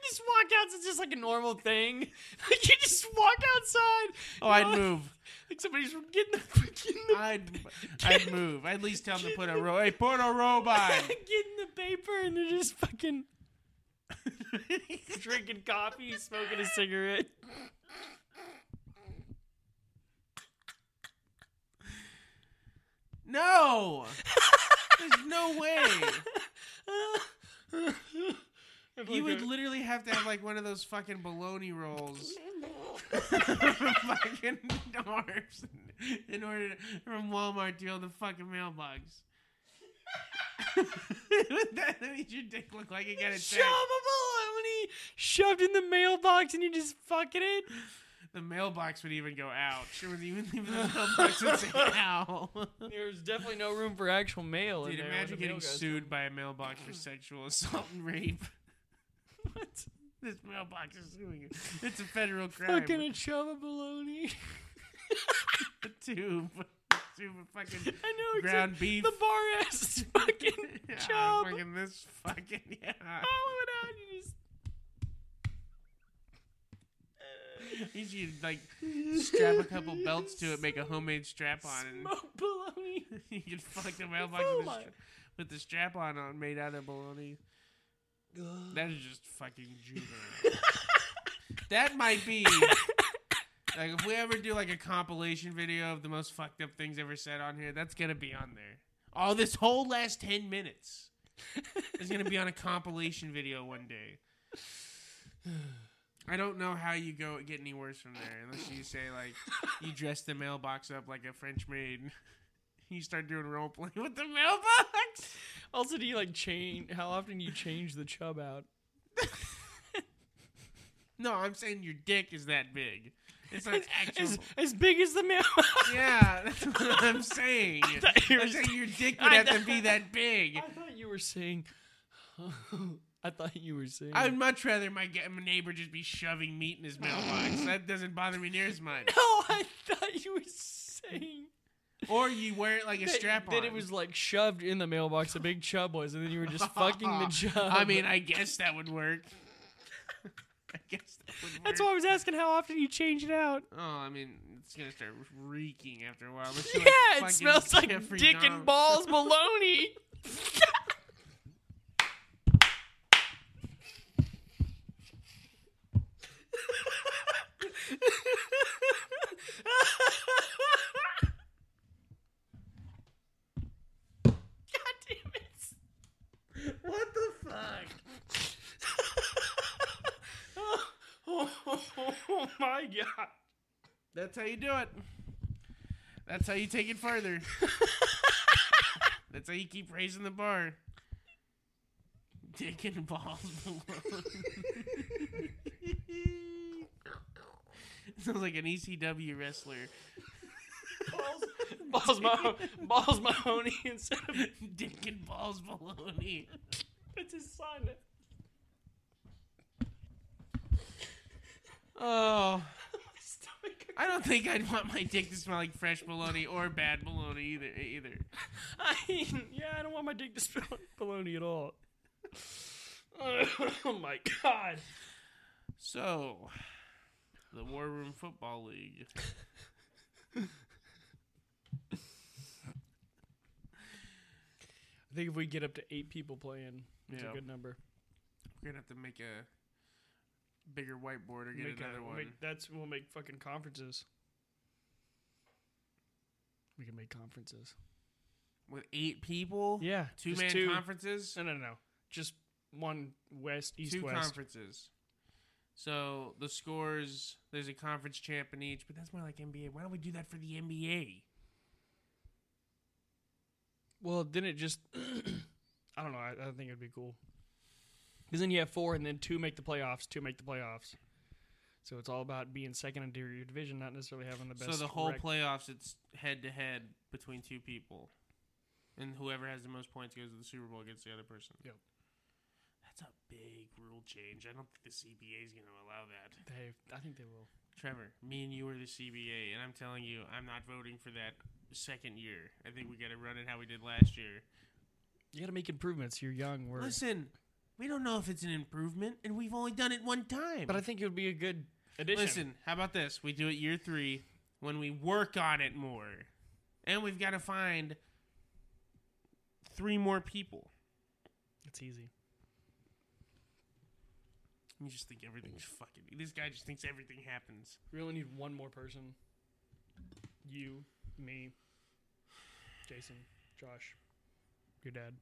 A: just walk out. It's just like a normal thing. Like you just walk outside.
B: oh, I'd move.
A: Like somebody's from getting the fucking the,
B: I'd I'd move. I'd at least tell them to put a row. Hey, put a robe on.
A: getting the paper, and they're just fucking drinking coffee, smoking a cigarette.
B: no, there's no way.
A: and
B: You would literally have to have like one of those fucking bologna rolls from fucking Dwarfs in order to, from Walmart to be on the fucking mailbox. that makes your dick look like it got
A: shove
B: attacked.
A: a bologna shoved in the mailbox and you just fucking it.
B: The mailbox would even go out. It would even leave the mailbox would say ow.
A: There's definitely no room for actual mail.
B: Dude,
A: in there when
B: imagine
A: the mail
B: getting
A: goes.
B: sued by a mailbox for sexual assault and rape.
A: What?
B: This mailbox is suing you. It's a federal crime.
A: Fucking a shove a bologna.
B: a tube. tube of fucking
A: I know exactly.
B: ground beef.
A: The bar ass is fucking
B: Yeah,
A: chub. Oh.
B: Fucking this fucking yeah.
A: Follow it out. You just
B: You should like strap a couple belts to it, make a homemade strap on, and
A: smoke bologna.
B: you can fuck the mailbox
A: Oh
B: with the,
A: my.
B: stra- with the strap on on made out of bologna. That is just fucking juvenile. that might be like if we ever do like a compilation video of the most fucked up things ever said on here, that's gonna be on there. All this whole last ten minutes is gonna be on a compilation video one day. I don't know how you go get any worse from there unless you say like you dress the mailbox up like a French maid. You start doing role play with the mailbox.
A: Also, do you like change? How often do you change the chub out?
B: No, I'm saying your dick is that big. It's not actual.
A: As, as big as the mail.
B: yeah, that's what I'm saying.
A: thought you were
B: I'm saying your dick would
A: I
B: have to
A: thought-
B: be that big.
A: I thought you were saying. I thought you were saying.
B: I'd much rather my, ge- my neighbor just be shoving meat in his mailbox. That doesn't bother me near as much.
A: no, oh, I thought you were saying
B: Or you wear it like a
A: that,
B: strap on.
A: that it was like shoved in the mailbox. A big chub was, and then you were just fucking the chub.
B: I mean, I guess that would work. I guess that would work.
A: that's why I was asking how often you change it out.
B: Oh, I mean, it's gonna start reeking after a while. It smells
A: Yeah,
B: fucking
A: it smells like
B: Jeffrey
A: dick
B: Dahmer.
A: and balls baloney. God damn it.
B: What the fuck?
A: Oh, oh, oh, oh my god.
B: That's how you do it. That's how you take it further. That's how you keep raising the bar. Dick and balls balloon. Sounds like an ECW wrestler.
A: Balls, Maho- balls Mahoney instead of
B: Dick and balls baloney.
A: it's his son.
B: Oh,
A: Stomach.
B: I don't think I'd want my dick to smell like fresh baloney or bad baloney either. Either.
A: I mean, yeah, I don't want my dick to smell like bologna at all. oh my god.
B: So, the War Room Football League.
A: I think if we get up to eight people playing, it's
B: Yeah.
A: a good number.
B: We're gonna have to make a bigger whiteboard or get
A: Make a-
B: another
A: we'll
B: one.
A: make- that's we'll make fucking conferences. We can make conferences.
B: With eight people?
A: Yeah,
B: Two
A: just
B: man conferences?
A: No, no, no, no. Just one west, east,
B: Two
A: west.
B: conferences. So the scores, there's a conference champ in each, but that's more like NBA. Why don't we do that for the NBA?
A: Well, then it just. I don't know. I, I think it'd be cool. Because then you have four, and then two make the playoffs. Two make the playoffs. So it's all about being second into your division, not necessarily having the best.
B: so the whole
A: rec-
B: playoffs, it's head to head between two people, and whoever has the most points goes to the Super Bowl against the other person.
A: Yep.
B: That's a big rule change. I don't think the CBA is going to allow that.
A: They, I think they will.
B: Trevor, me and you are the CBA, and I'm telling you, I'm not voting for that second year. I think we got to run it how we did last year.
A: You got to make improvements. You're young. We're,
B: Listen, we don't know if it's an improvement, and we've only done it one time.
A: but I think it would be a good addition.
B: listen, how about this? We do it year three when we work on it more, and we've got to find three more people.
A: it's easy.
B: You just think everything's fucking. This guy just thinks everything happens.
A: We only need one more person. You, me, Jason, Josh, your dad.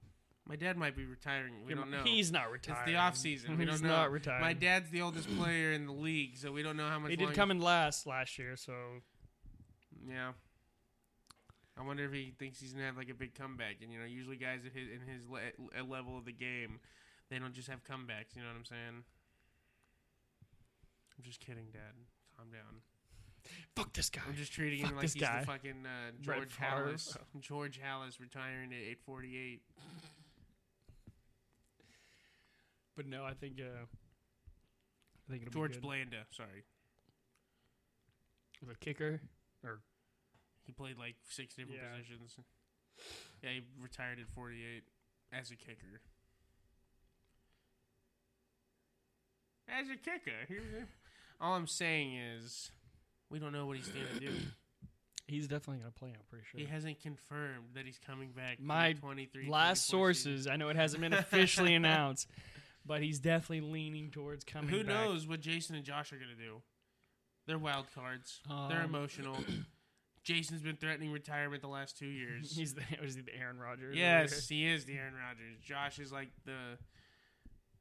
B: My dad might be retiring. We don't know.
A: He's not
B: it's
A: retired.
B: the off season. We
A: He's
B: don't know.
A: not retired.
B: My dad's the oldest player in the league, so we don't know how much.
A: He did
B: longer-
A: come in last last year, so
B: Yeah. I wonder if he thinks he's gonna have like a big comeback. And you know, usually guys at his in his le- level of the game, they don't just have comebacks. You know what I'm saying? I'm just kidding, Dad. Calm down.
A: fuck this guy.
B: I'm just treating him
A: Fuck
B: like
A: this
B: he's
A: guy.
B: the fucking uh,
A: Brett
B: George
A: Favre.
B: Hallis. George Hallis retiring at 8:48.
A: But no, I think uh, I think it'll be
B: George
A: good.
B: Blanda, sorry,
A: the kicker.
B: he played like six different
A: Yeah.
B: positions. Yeah, he retired at 48 as a kicker. As a kicker, he was a- all I'm saying is we don't know what he's gonna do.
A: He's definitely gonna play. I'm pretty sure.
B: He hasn't confirmed that he's coming back. for the
A: My
B: 23
A: Last
B: 24
A: sources,
B: season.
A: I know it hasn't been officially announced, but he's definitely leaning towards coming.
B: Who
A: back.
B: knows what Jason and Josh are gonna do? They're wild cards. They're
A: Um,
B: emotional. Jason's been threatening retirement the last two years.
A: He's the was he the Aaron Rodgers? over
B: Yes, he is the Aaron Rodgers. Josh is like the.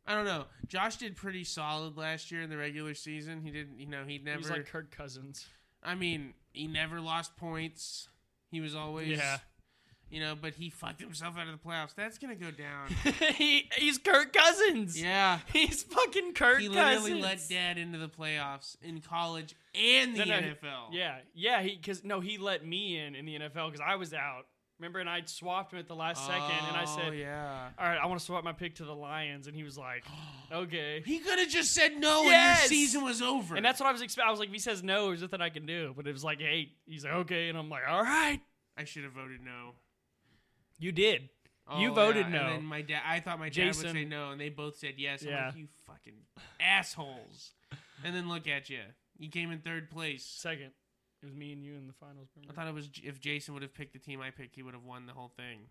B: I don't know. Josh did pretty solid last year in the regular season. He didn't, you know, he
A: there?
B: never.
A: He was like Kirk Cousins.
B: I mean, he never lost points. He was always,
A: Yeah.
B: you know, but he fucked himself out of the playoffs. That's gonna go down.
A: he, he's Kirk Cousins.
B: yeah,
A: He's fucking Kirk
B: he
A: Cousins.
B: literally let Dad into the playoffs in college and the
A: No, no, he-
B: NFL.
A: Yeah, yeah. He because no, he let me in in the NFL because I was out. Remember, and I swapped him at the last second, and I
B: Oh,
A: said,
B: "Yeah."
A: "All right, I want to swap my pick to the Lions," and he was like, "Okay."
B: He could have just said no,
A: Yes!
B: and your season was over.
A: And that's what I was expecting. I was like, if he says no, there's nothing I can do. But it was like, hey, he's like, okay. And I'm like, all right,
B: I should have voted no.
A: you did. You
B: Oh,
A: voted no.
B: yeah. And then my dad, I thought my dad would
A: Jason-
B: say no, and they both said yes. I'm
A: Yeah.
B: like, you fucking assholes. And then look at you. You came in third place.
A: Second, it was me and you in the finals.
B: I
A: remember?
B: thought it was J- if Jason would have picked the team I picked, he would have won the whole thing.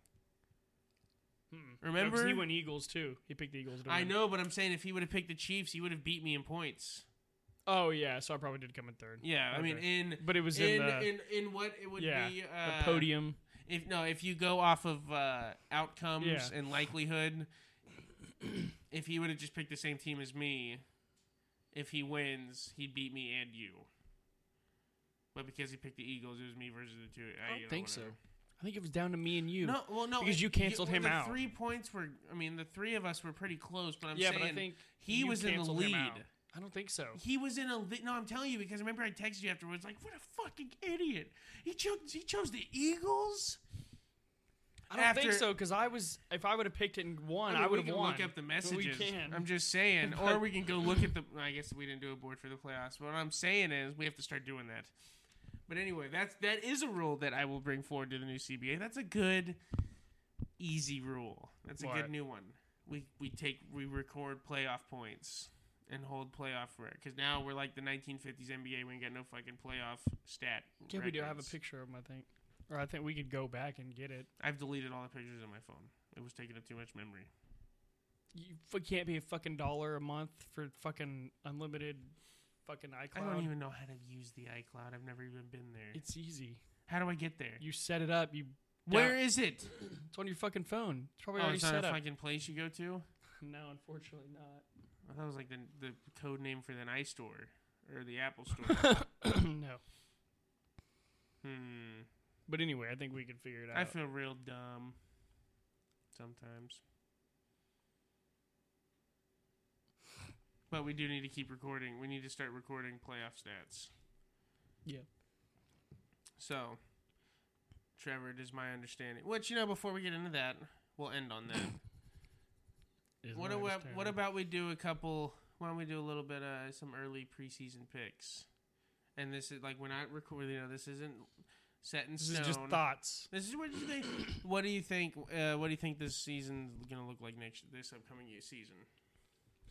A: Mm-mm.
B: Remember?
A: No, 'cause he went Eagles too. He picked the Eagles. to
B: I
A: win.
B: know, but I'm saying if he would have picked the Chiefs, he would have beat me in points.
A: Oh yeah, so I probably did come in third.
B: Yeah, I mean,
A: Okay.
B: in
A: But it was in
B: in,
A: the-
B: in in what it would
A: Yeah,
B: be
A: The
B: uh,
A: podium.
B: If no, if you go off of uh, outcomes
A: Yeah.
B: and likelihood, if he would have just picked the same team as me, if he wins, he'd beat me and you. But because he picked the Eagles, it was me versus the two.
A: I
B: you know,
A: don't think so.
B: whatever.
A: I think it was down to me and you.
B: No, well, no,
A: Because
B: it-
A: you canceled
B: well,
A: him
B: the
A: out.
B: Three points were. I mean, the three of us were pretty close, but I'm
A: yeah,
B: saying
A: but I think
B: he
A: you
B: was in the
A: canceled him
B: lead.
A: out. I don't think so.
B: He was in a li- no. I'm telling you because I remember I texted you afterwards, like, what a fucking idiot. He chose. He chose the Eagles.
A: I don't think
B: After-
A: so because I was. If I would have picked it and won, I,
B: mean, we
A: would have
B: can
A: won.
B: Look up the
A: But
B: messages.
A: We can.
B: I'm just saying, or
A: But-
B: we can go look at the. I guess we didn't do a board for the playoffs. But what I'm saying is, we have to start doing that. But anyway, that's that is a rule that I will bring forward to the new CBA. That's a good, easy rule. That's a
A: What?
B: good new one. We we take we record playoff points and hold playoff record because now we're like the 1950s NBA. We ain't got no fucking playoff stat.
A: yeah, we do. I have a
B: records.
A: picture of him. I think, or I think we could go back and get it.
B: I've deleted all the pictures on my phone. It was taking up too much memory.
A: You f- can't be a fucking dollar a month for fucking unlimited fucking iCloud.
B: I don't even know how to use the iCloud. I've never even been there.
A: It's easy.
B: How do I get there?
A: You set it up. You.
B: Where is it?
A: It's on your fucking phone. It's probably
B: Oh,
A: already
B: it's not
A: set
B: a
A: up.
B: fucking place you go to.
A: No, unfortunately not.
B: I thought it was like the the code name for the iStore or the Apple Store.
A: no.
B: hmm.
A: But anyway, I think we could figure it out.
B: I feel real dumb sometimes. But we do need to keep recording. We need to start recording playoff stats.
A: Yeah.
B: So, Trevor, it is my understanding. Which you know, before we get into that, we'll end on that.
A: Is
B: What
A: my
B: about what
A: understanding.
B: about we do a couple? Why don't we do a little bit of some early preseason picks? And this is like we're not recording. You know, this isn't set in
A: This
B: stone.
A: is just thoughts.
B: This is what do you think? What do you think? Uh, what do you think this season's gonna look like next? This upcoming year season.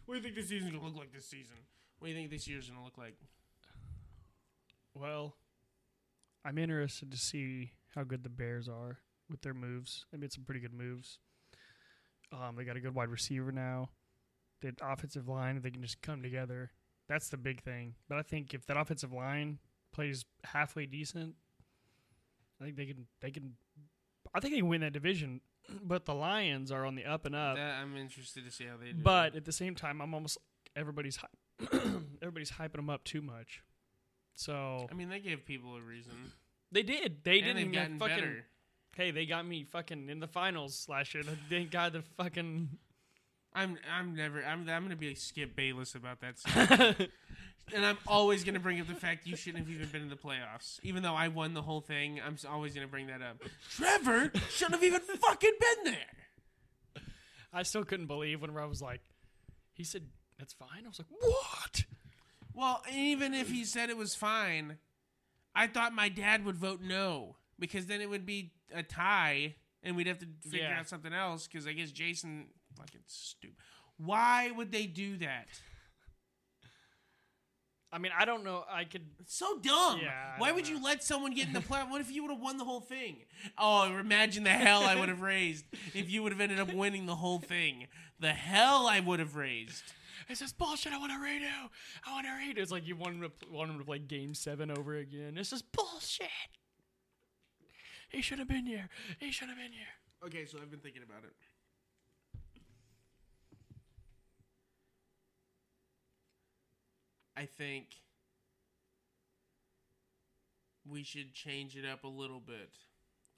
B: What do you think this season's gonna look like this season? What do you think this year's gonna look like?
A: Well, I'm interested to see how good the Bears are with their moves. They made some pretty good moves. Um, they got a good wide receiver now. The offensive line, if they can just come together. That's the big thing. But I think if that offensive line plays halfway decent, I think they can. They can. I think they can win that division. but the Lions are on the up and up.
B: That- I'm interested to see how they do.
A: Uh, But at the same time, I'm almost everybody's hy- everybody's hyping them up too much. So
B: I mean, they gave people a reason.
A: they did. They
B: and
A: didn't
B: they've
A: get
B: gotten
A: fucking.
B: better.
A: Hey, they got me fucking in the finals last year. They got the fucking.
B: I'm I'm never I'm I'm gonna be like Skip Bayless about that, season. and I'm always gonna bring up the fact you shouldn't have even been in the playoffs, even though I won the whole thing. I'm s- always gonna bring that up. Trevor shouldn't have even fucking been there.
A: I still couldn't believe when I was like, he said that's fine. I was like, what?
B: Well, even if he said it was fine, I thought my dad would vote no because then it would be a tie and we'd have to figure
A: Yeah.
B: out something else. Because I guess Jason fucking stupid. Why would they do that?
A: I mean, I don't know. I could.
B: So dumb.
A: Yeah, I
B: Why
A: don't
B: would you
A: know.
B: let someone get in the playoff? What if you would have won the whole thing? Oh, imagine the hell I would have raised if you would have ended up winning the whole thing. The hell I would have raised.
A: It's just bullshit. I want to redo. I want to redo. It's like you want him to pl- want him to play Game Seven over again. This is bullshit. He should have been here. He should have been here.
B: Okay, so I've been thinking about it. I think we should change it up a little bit.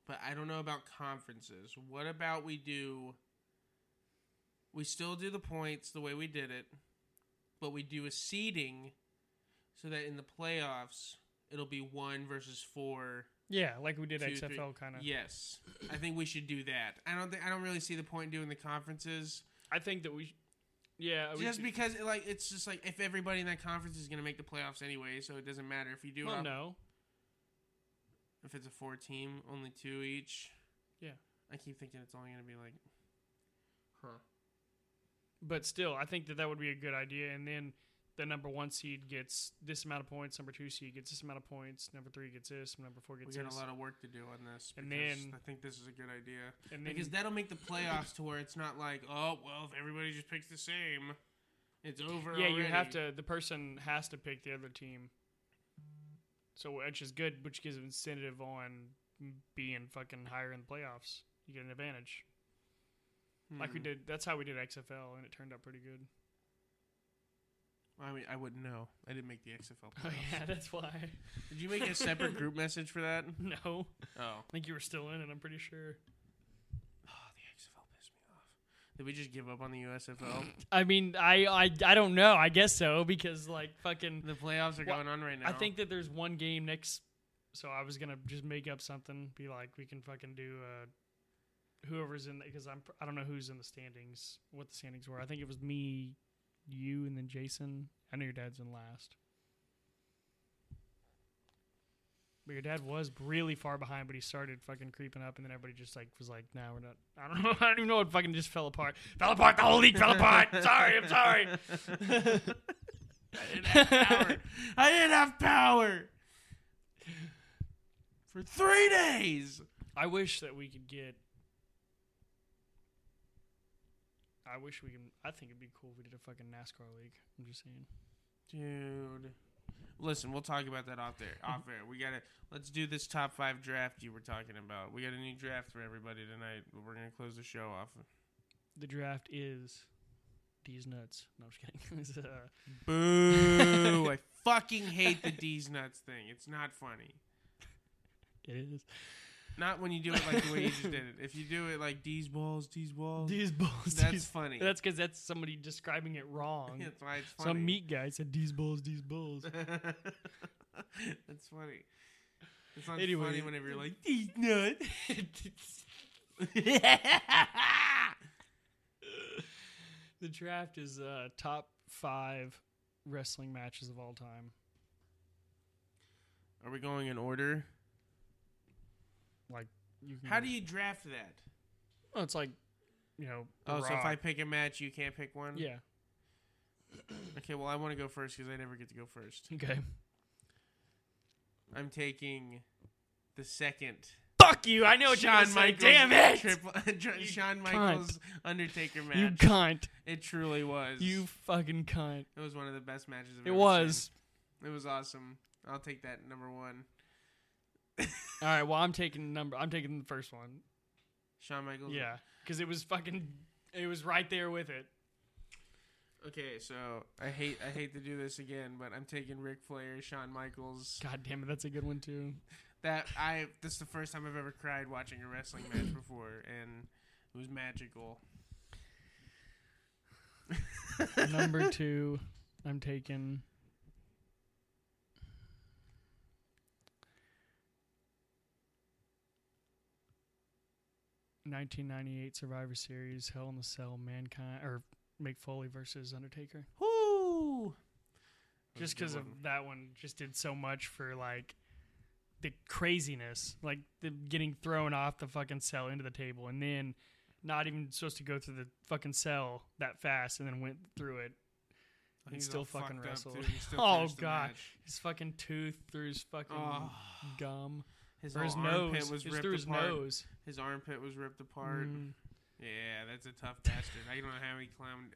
B: But I don't know about conferences. What about we do we still do the points the way we did it, but we do a seeding so that in the playoffs it'll be 1 versus 4
A: Yeah, like we did
B: two, three.
A: XFL kind of.
B: Yes, I think we should do that. I don't think I don't really see the point in doing the conferences
A: I think that we. sh- Yeah, Oh, we
B: just
A: should-
B: because like it's just like if everybody in that conference is gonna make the playoffs anyway, so it doesn't matter if you do
A: Well,
B: all-
A: no.
B: if it's a four team, only two each.
A: Yeah.
B: I keep thinking it's only gonna be like, huh?
A: But still, I think that that would be a good idea. And then the number one seed gets this amount of points. Number two seed gets this amount of points. Number three gets this. and Number four
B: We
A: gets
B: got
A: this.
B: a lot of work to do on this.
A: And
B: because
A: then-
B: I think this is a good idea
A: and then
B: because that'll make the playoffs to where it's not like oh well if everybody just picks the same, it's over.
A: yeah, you have
B: already."
A: to. The person has to pick the other team. So which is good, which gives incentive on being fucking higher in the playoffs. You get an advantage, like we
B: Hmm.
A: did. That's how we did XFL, and it turned out pretty good.
B: I mean, I wouldn't know. I didn't make the XFL. Playoffs.
A: Oh yeah, that's why.
B: Did you make a separate group message for that?
A: No, I
B: Oh.
A: think you were still in it. I'm pretty sure.
B: Oh, the XFL pissed me off. Did we just give up on the USFL?
A: I mean, I, I, I don't know. I guess so because like fucking,
B: the playoffs are
A: Well,
B: going on right now.
A: I think that there's one game next. So I was gonna just make up something, be like, we can fucking do uh, whoever's in because I'm I don't know who's in the standings, what the standings were. I think it was me, you, and then Jason. I know your dad's in last, but your dad was really far behind. But he started fucking creeping up, and then everybody just like was like, "No, we're not." I don't know. I don't even know. It fucking just fell apart. Fell apart. The whole league fell apart. Sorry, I'm sorry.
B: I didn't have power. I didn't have power for three days.
A: I wish that we could get. I wish we can. I think it'd be cool if we did a fucking NASCAR league. I'm just saying.
B: Dude. Listen, we'll talk about that off there. Off air. We gotta let's do this top five draft you were talking about. We got a new draft for everybody tonight. but We're gonna close the show off.
A: The draft is these nuts. No, I'm just kidding. It's, uh,
B: Boo! I fucking hate the D's nuts thing. It's not funny.
A: it is
B: Not when you do it like the way you just did it. If you do it like D's balls, D's balls,
A: these balls.
B: that's
A: these-
B: funny.
A: That's because that's somebody describing it wrong.
B: that's why it's funny.
A: Some meat guy said these balls, these balls.
B: that's funny. It's not
A: Anyway.
B: funny whenever you're like D's nuts.
A: the draft is uh, top five wrestling matches of all time,
B: Are we going in order?
A: like you can
B: How do you draft that?
A: Well, it's like, you know. The
B: Oh, so if I
A: Rock.
B: pick a match, you can't pick one.
A: yeah.
B: Okay. Well, I want to go first because I never get to go first.
A: Okay.
B: I'm taking the second.
A: Fuck you! I know what you're
B: Shawn
A: gonna say.
B: Michaels.
A: Damn it!
B: Triple, Shawn Michaels Undertaker match.
A: You cunt!
B: It truly was.
A: You fucking cunt!
B: It was one of the best matches. I've
A: It
B: ever
A: was.
B: seen. It was awesome. I'll take that number one.
A: All right. Well, I'm taking number. I'm taking the first one.
B: Shawn Michaels.
A: Yeah, because it was fucking. It was right there with it.
B: Okay, so I hate I hate to do this again, but I'm taking Ric Flair, Shawn Michaels.
A: God damn it, that's a good one too.
B: That I this is the first time I've ever cried watching a wrestling match before, and it was magical.
A: Number two, I'm taking. Nineteen ninety eight Survivor Series, Hell in the Cell, Mankind or McFoley versus Undertaker.
B: Woo! That was
A: Just
B: a good
A: because of
B: one.
A: that one, just did so much for like the craziness, like the getting thrown off the fucking cell into the table, and then not even supposed to go through the fucking cell that fast, and then went through it.
B: He
A: And
B: was
A: still
B: all
A: fucking
B: fucked up,
A: wrestled.
B: too. He still
A: oh
B: finished the
A: god,
B: match.
A: his fucking tooth through his fucking
B: Oh.
A: gum
B: His,
A: or his
B: whole armpit
A: nose.
B: was
A: it was
B: ripped
A: through his
B: apart.
A: nose.
B: His armpit was ripped apart.
A: Mm.
B: Yeah, that's a tough bastard. I don't know how he climbed.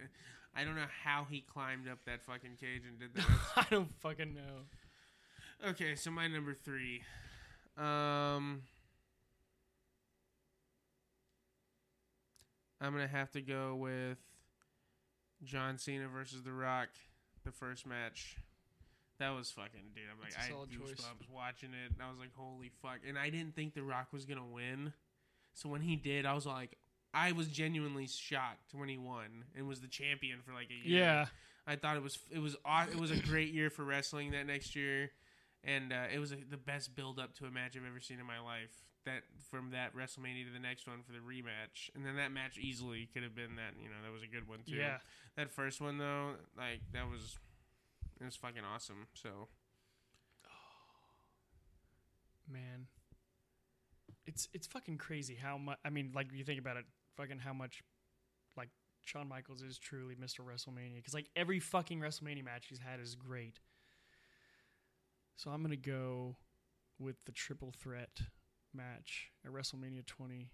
B: I don't know how he climbed up that fucking cage and did that.
A: I don't fucking know.
B: Okay, so my number three. Um, I'm gonna have to go with John Cena versus The Rock, the first match. That was fucking dude. I'm like,
A: That's a
B: I had
A: solid
B: goosebumps
A: choice.
B: watching it, and I was like, holy fuck! And I didn't think The Rock was gonna win, so when he did, I was like, I was genuinely shocked when he won and was the champion for like a year.
A: Yeah,
B: I thought it was it was aw- it was a great year for wrestling that next year, and uh, it was a, the best build up to a match I've ever seen in my life. That from that WrestleMania to the next one for the rematch, and then that match easily could have been that you know that was a good one too.
A: yeah.
B: That first one though, like that was it was fucking awesome. So
A: man it's it's fucking crazy how much i mean like you think about it fucking how much like Shawn Michaels is truly Mr. WrestleMania because like every fucking WrestleMania match he's had is great. So I'm gonna go with the triple threat match at WrestleMania 20.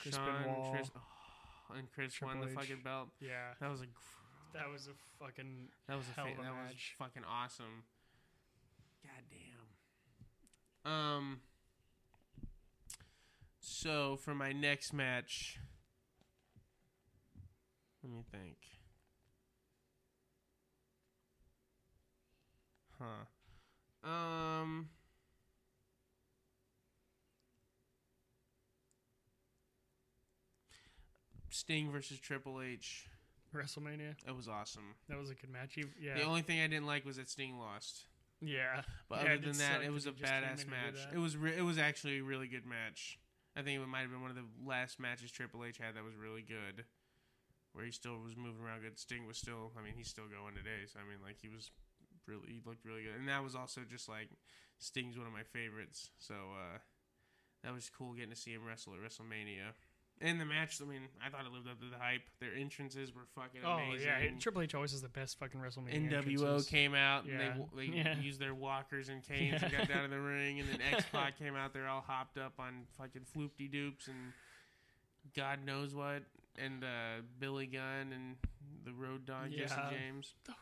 A: Chris
B: Shawn,
A: Benoit,
B: Tris- oh, and Chris won the
A: Triple H.
B: fucking belt.
A: Yeah,
B: That was a gr-
A: that was a fucking
B: that was a
A: Hell
B: fa-
A: of a
B: that
A: match.
B: was fucking awesome. God damn. Um. So for my next match, let me think. Huh. Um. Sting versus Triple H.
A: WrestleMania.
B: That was awesome.
A: That was a good match. He- Yeah,
B: The only thing I didn't like was that Sting lost.
A: yeah,
B: But
A: Yeah,
B: other
A: it
B: than
A: did
B: that,
A: suck
B: it was a
A: that he just came
B: badass
A: in and did
B: match.
A: that.
B: It was re- it was actually a really good match. I think it might have been one of the last matches Triple H had that was really good, where he still was moving around good. Sting was still, I mean, he's still going today. So I mean, like he was really, he looked really good, and that was also just like Sting's one of my favorites. So uh, that was cool getting to see him wrestle at WrestleMania. And the match, I mean, I thought it lived up to the hype. Their entrances were fucking
A: oh
B: amazing.
A: yeah. Triple H always has the best fucking WrestleMania.
B: NWO
A: entrances.
B: came out and
A: Yeah.
B: they, they
A: Yeah.
B: used their walkers and canes and
A: Yeah.
B: got down to the ring. And then X Pac came out there all hopped up on fucking floopty doops and God knows what. And uh, Billy Gunn and the Road Dog Jesse
A: Yeah.
B: James.
A: The Road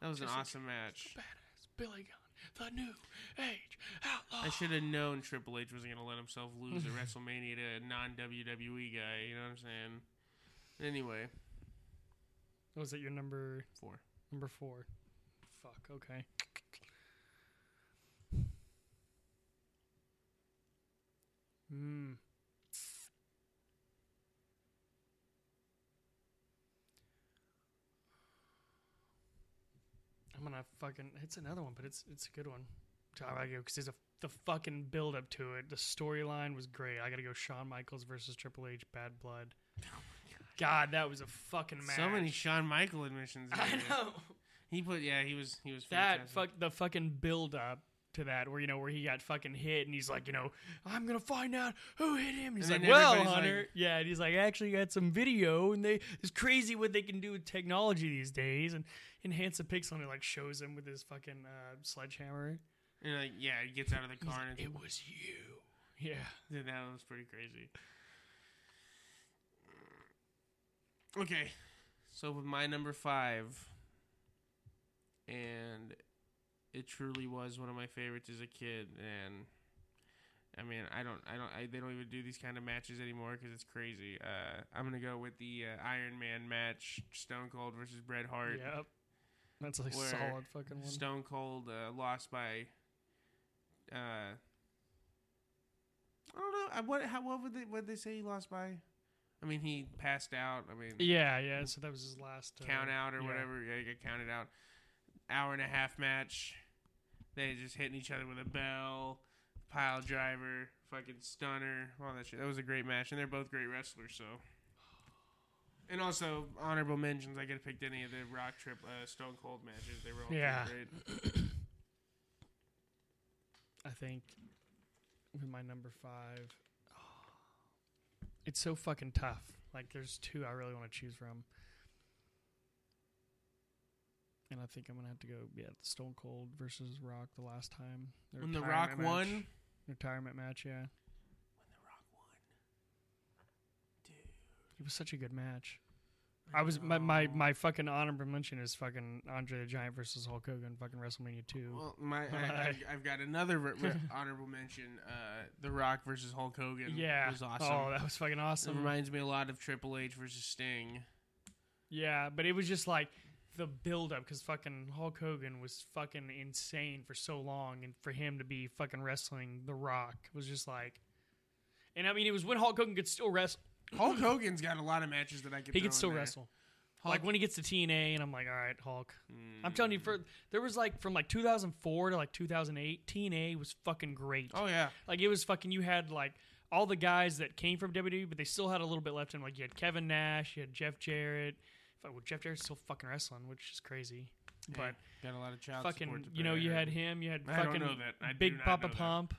B: That was an
A: Jesse
B: awesome match.
A: Badass Billy Gunn, the new age outlaw.
B: I should have known Triple H wasn't going to let himself lose at WrestleMania to a non WWE guy. You know what I'm saying? Anyway,
A: Was it Oh, your number
B: four.
A: number four? Fuck. Okay. Hmm. I'm gonna fucking. It's another one, but it's it's a good one. So I gotta go because there's a the fucking build up to it. The storyline was great. I gotta go. Shawn Michaels versus Triple H, Bad Blood. God, that was a fucking match.
B: Oh So many Shawn Michael admissions. in
A: I
B: here.
A: know
B: He put, yeah, he was, he was
A: that
B: fantastic.
A: fuck the fucking build up to that where you know where he got fucking hit and he's like you know I'm gonna find out who hit him. He's
B: And
A: like,
B: then
A: well,
B: everybody's
A: Hunter,
B: like-
A: yeah, and he's like, I actually got some video and they it's crazy what they can do with technology these days and enhance the pixel and it like shows him with his fucking uh, sledgehammer.
B: And like, yeah, he gets out of the car and it's
A: It was you. Yeah.
B: Dude, that was pretty crazy. Okay, so with my number five, and it truly was one of my favorites as a kid, and I mean, I don't, I don't, I, they don't even do these kind of matches anymore because it's crazy. Uh, I'm gonna go with the uh, Iron Man match: Stone Cold versus Bret Hart.
E: Yep. That's a
B: Where
E: solid fucking one.
B: Stone Cold uh, lost by. Uh, I don't know. I, what? How? What would they? What they say he lost by? I mean, he passed out. I mean,
E: yeah, yeah. So that was his last uh,
B: count out or
E: yeah.
B: whatever. Yeah, you get counted out. Hour and a half match. They just hitting each other with a bell, pile driver, fucking stunner, all that shit. That was a great match, and they're both great wrestlers. So, and also honorable mentions. I could have picked any of the Rock Trip uh, Stone Cold matches. They were all pretty
E: Yeah.
B: great.
E: I think with my number five, it's so fucking tough. Like, there's two I really want to choose from, and I think I'm gonna have to go. Yeah, Stone Cold versus Rock the last time. Their
B: When the Rock
E: retirement
B: won.
E: match- retirement match. Yeah,
B: When the Rock won.
E: it was such a good match. I was my, my my fucking honorable mention is fucking Andre the Giant versus Hulk Hogan fucking WrestleMania two.
B: Well, my I, I've, I've got another re- re- honorable mention. Uh, the Rock versus Hulk Hogan.
E: yeah,
B: was awesome.
E: Oh, that was fucking
B: It
E: awesome.
B: reminds me a lot of Triple H versus Sting.
E: Yeah, but it was just like the build up because fucking Hulk Hogan was fucking insane for so long, and for him to be fucking wrestling The Rock was just like, and I mean it was when Hulk Hogan could still wrestle.
B: Hulk Hogan's got a lot of matches that I could.
E: He
B: throw
E: could still
B: in there.
E: wrestle.
B: Hulk-
E: Like when he gets to TNA, and I'm like, all right, Hulk.
B: Mm.
E: I'm telling you, for there was like from like 2004 to like 2008, TNA was fucking great.
B: Oh yeah,
E: Like it was fucking. You had like all the guys that came from WWE, but they still had a little bit left in. 'em. Like you had Kevin Nash, you had Jeff Jarrett. Fuck, Well, Jeff Jarrett's still fucking wrestling, which is crazy. But
B: got a lot of child support
E: fucking,
B: to
E: you know,
B: pay,
E: you
B: I
E: had
B: heard.
E: him. You had
B: I don't
E: fucking
B: know that. I do
E: Big
B: not
E: Papa
B: know that.
E: Pump,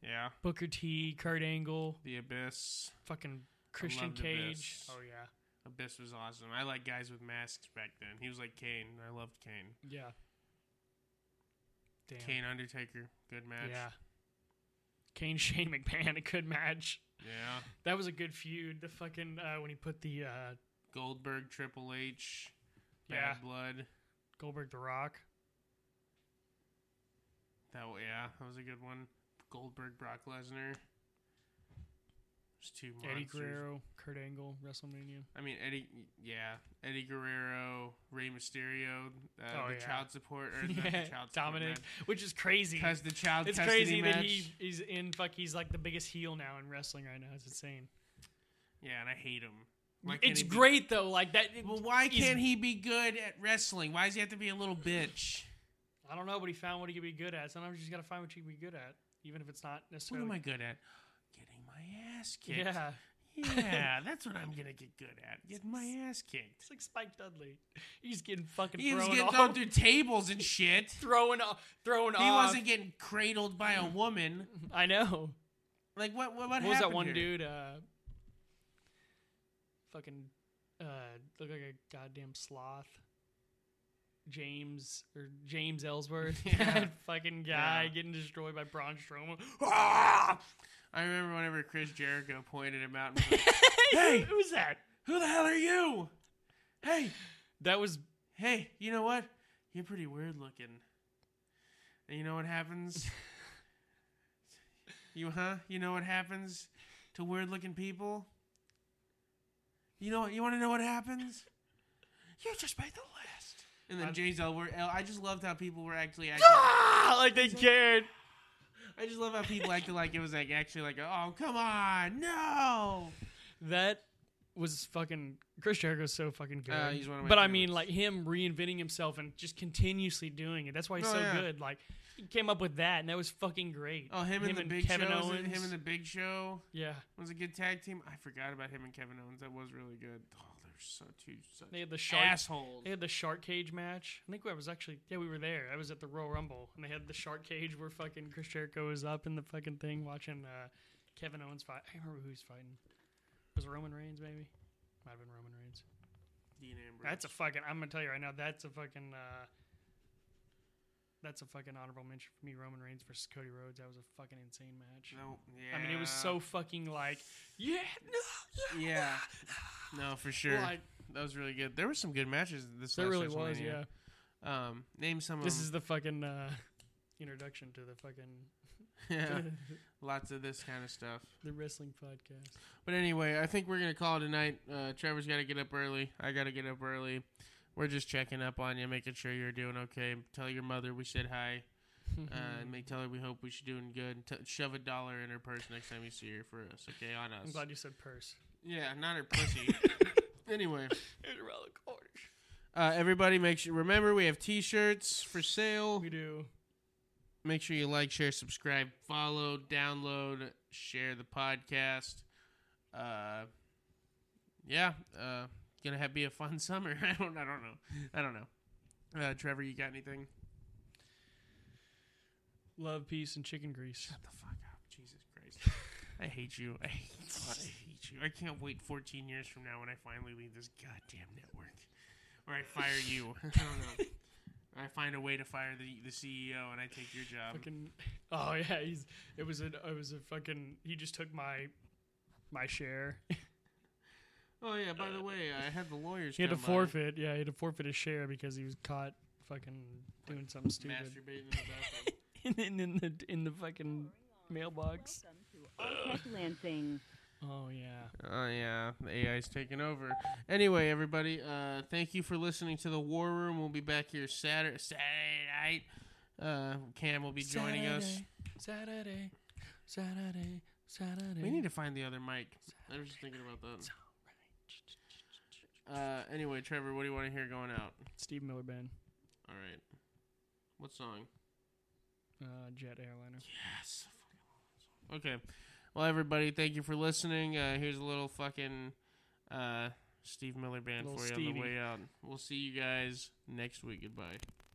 B: Yeah,
E: Booker T, Kurt Angle,
B: the Abyss.
E: fucking Christian
B: loved
E: Cage.
B: Abyss.
E: Oh yeah,
B: Abyss was awesome. I like guys with masks back then. He was like Kane. I loved Kane.
E: yeah. Damn.
B: Kane Undertaker, good match.
E: yeah. Kane Shane McMahon, a good match.
B: yeah.
E: That was a good feud. The fucking uh, when he put the uh,
B: Goldberg, Triple H, Bad
E: yeah
B: Blood.
E: Goldberg the Rock.
B: That wa- yeah, that was a good one. Goldberg, Brock Lesnar. There's two monsters.
E: Eddie Guerrero, Kurt Angle, WrestleMania.
B: I mean Eddie, yeah, Eddie Guerrero, Rey Mysterio, uh,
E: Oh,
B: the
E: yeah.
B: child support or not the child support,
E: Dominic,
B: man.
E: which is crazy.
B: Cuz the child
E: It's
B: custody
E: crazy
B: match.
E: that he is in fuck. He's like the biggest heel now in wrestling right now. It's insane.
B: Yeah, and I hate him. Why can't
E: it's
B: he be-
E: great though. Like that.
B: well, why
E: he's-
B: can't he be good at wrestling? Why does he have to be a little bitch?
E: I don't know, but he found what he could be good at. Sometimes you just gotta find what you can be good at, even if it's not
B: What
E: necessarily.
B: am I good at? Getting my ass kicked.
E: yeah,
B: Yeah, that's what I'm going to get good at. Get my ass kicked.
E: it's like Spike Dudley. He's getting fucking
B: He was
E: thrown
B: getting
E: off.
B: thrown through tables and shit.
E: Throwing off, throwing
B: He
E: off.
B: wasn't getting cradled by a woman.
E: I know.
B: Like what? What, what,
E: What was that
B: happened
E: one
B: here?
E: dude? Uh, fucking uh, looked like a goddamn sloth. James or James Ellsworth,
B: Yeah.
E: that fucking guy
B: Yeah.
E: getting destroyed by Braun Strowman.
B: Ah! I remember whenever Chris Jericho pointed him out. And was like, Hey!
E: who was that?
B: Who the hell are you? Hey,
E: That was
B: hey, you know what? You're pretty weird looking. And you know what happens? you huh? You know what happens to weird looking people? You know what? You want to know what happens? You just made the list. And then Jay Zellwer, I just loved how people were actually acting.
E: ah, like they cared.
B: I just love how people acted like it was like actually like oh come on no.
E: That was fucking Chris Jericho's so fucking good.
B: Uh, he's one of my
E: but I mean,
B: favorites.
E: like him reinventing himself and just continuously doing it. That's why he's
B: Oh,
E: so
B: yeah.
E: good. Like he came up with that, and that was fucking great.
B: Oh him, and the big
E: Kevin
B: show.
E: Owens.
B: Him and the big show
E: yeah,
B: was a good tag team. I forgot about him and Kevin Owens. That was really good. Oh they're so two such
E: they had the shark.
B: assholes.
E: They had the shark cage match. I think I was actually yeah we were there. I was at the Royal Rumble and they had the shark cage where fucking Chris Jericho was up in the fucking thing watching uh, Kevin Owens fight. I can't remember who's fighting. Was it Roman Reigns maybe? Might have been Roman Reigns.
B: Dean Ambrose.
E: That's a fucking. I'm gonna tell you right now. That's a fucking. Uh, that's a fucking honorable mention for me. Roman Reigns versus Cody Rhodes. That was a fucking insane match.
B: no. Yeah.
E: I mean, it was so fucking like yeah no
B: Yeah. No, for sure.
E: Like-
B: that was really good. There were some good matches this.
E: there
B: last
E: really was
B: WrestleMania.
E: yeah.
B: Um, name some.
E: This
B: of
E: is the fucking uh, introduction to the fucking
B: Yeah. Lots of this kind of stuff.
A: the wrestling podcast.
B: But anyway, I think we're gonna call it a night. Uh, Trevor's got to get up early. I got to get up early. We're just checking up on you, making sure you're doing okay. Tell your mother we said hi. Uh, and make tell her we hope we should doing good. T- shove a dollar in her purse next time you see her for us, okay? On
A: I'm
B: us.
A: glad you said purse.
B: Yeah, not her pussy. anyway,
A: It's around the corner.
B: uh, everybody, make sure remember we have T-shirts for sale.
A: We do.
B: Make sure you like, share, subscribe, follow, download, share the podcast. Uh, yeah, uh, gonna have be a fun summer. I don't, I don't know, I don't know. Uh, Trevor, you got anything?
A: Love, peace, and chicken grease.
B: Shut the fuck up, Jesus Christ! I hate you. I hate, God, I hate you. I can't wait 14 years from now when I finally leave this goddamn network, or I fire you. I don't know. I find a way to fire the the CEO and I take your job.
A: Fucking. Oh yeah, he's. It was a. It was a fucking. He just took my, my share.
B: Oh yeah, by the way, I had the lawyers.
A: He Uh, had to
B: come by.
A: forfeit. Yeah, he had to forfeit his share because he was caught fucking doing something stupid.
B: Masturbating in the bathroom.
A: And then in the in the fucking mailbox.
F: Welcome to Alltech Lansing.
A: Oh yeah.
B: Oh yeah, the AI's taking over. Anyway, everybody, uh, thank you for listening to the War Room. We'll be back here Saturday, Saturday night. Uh, Cam will be joining us.
A: Saturday, Saturday, Saturday.
B: We need to find the other mic. I was just thinking about that. Uh, anyway, Trevor, what do you want to hear going out?
A: Steve Miller Band,
B: All right, what song?
A: uh, jet airliner.
B: Yes. Okay. Well, everybody, thank you for listening. Uh, here's a little fucking uh, Steve Miller band
A: Little
B: for you on
A: Stevie.
B: the way out. We'll see you guys next week. Goodbye.
C: oh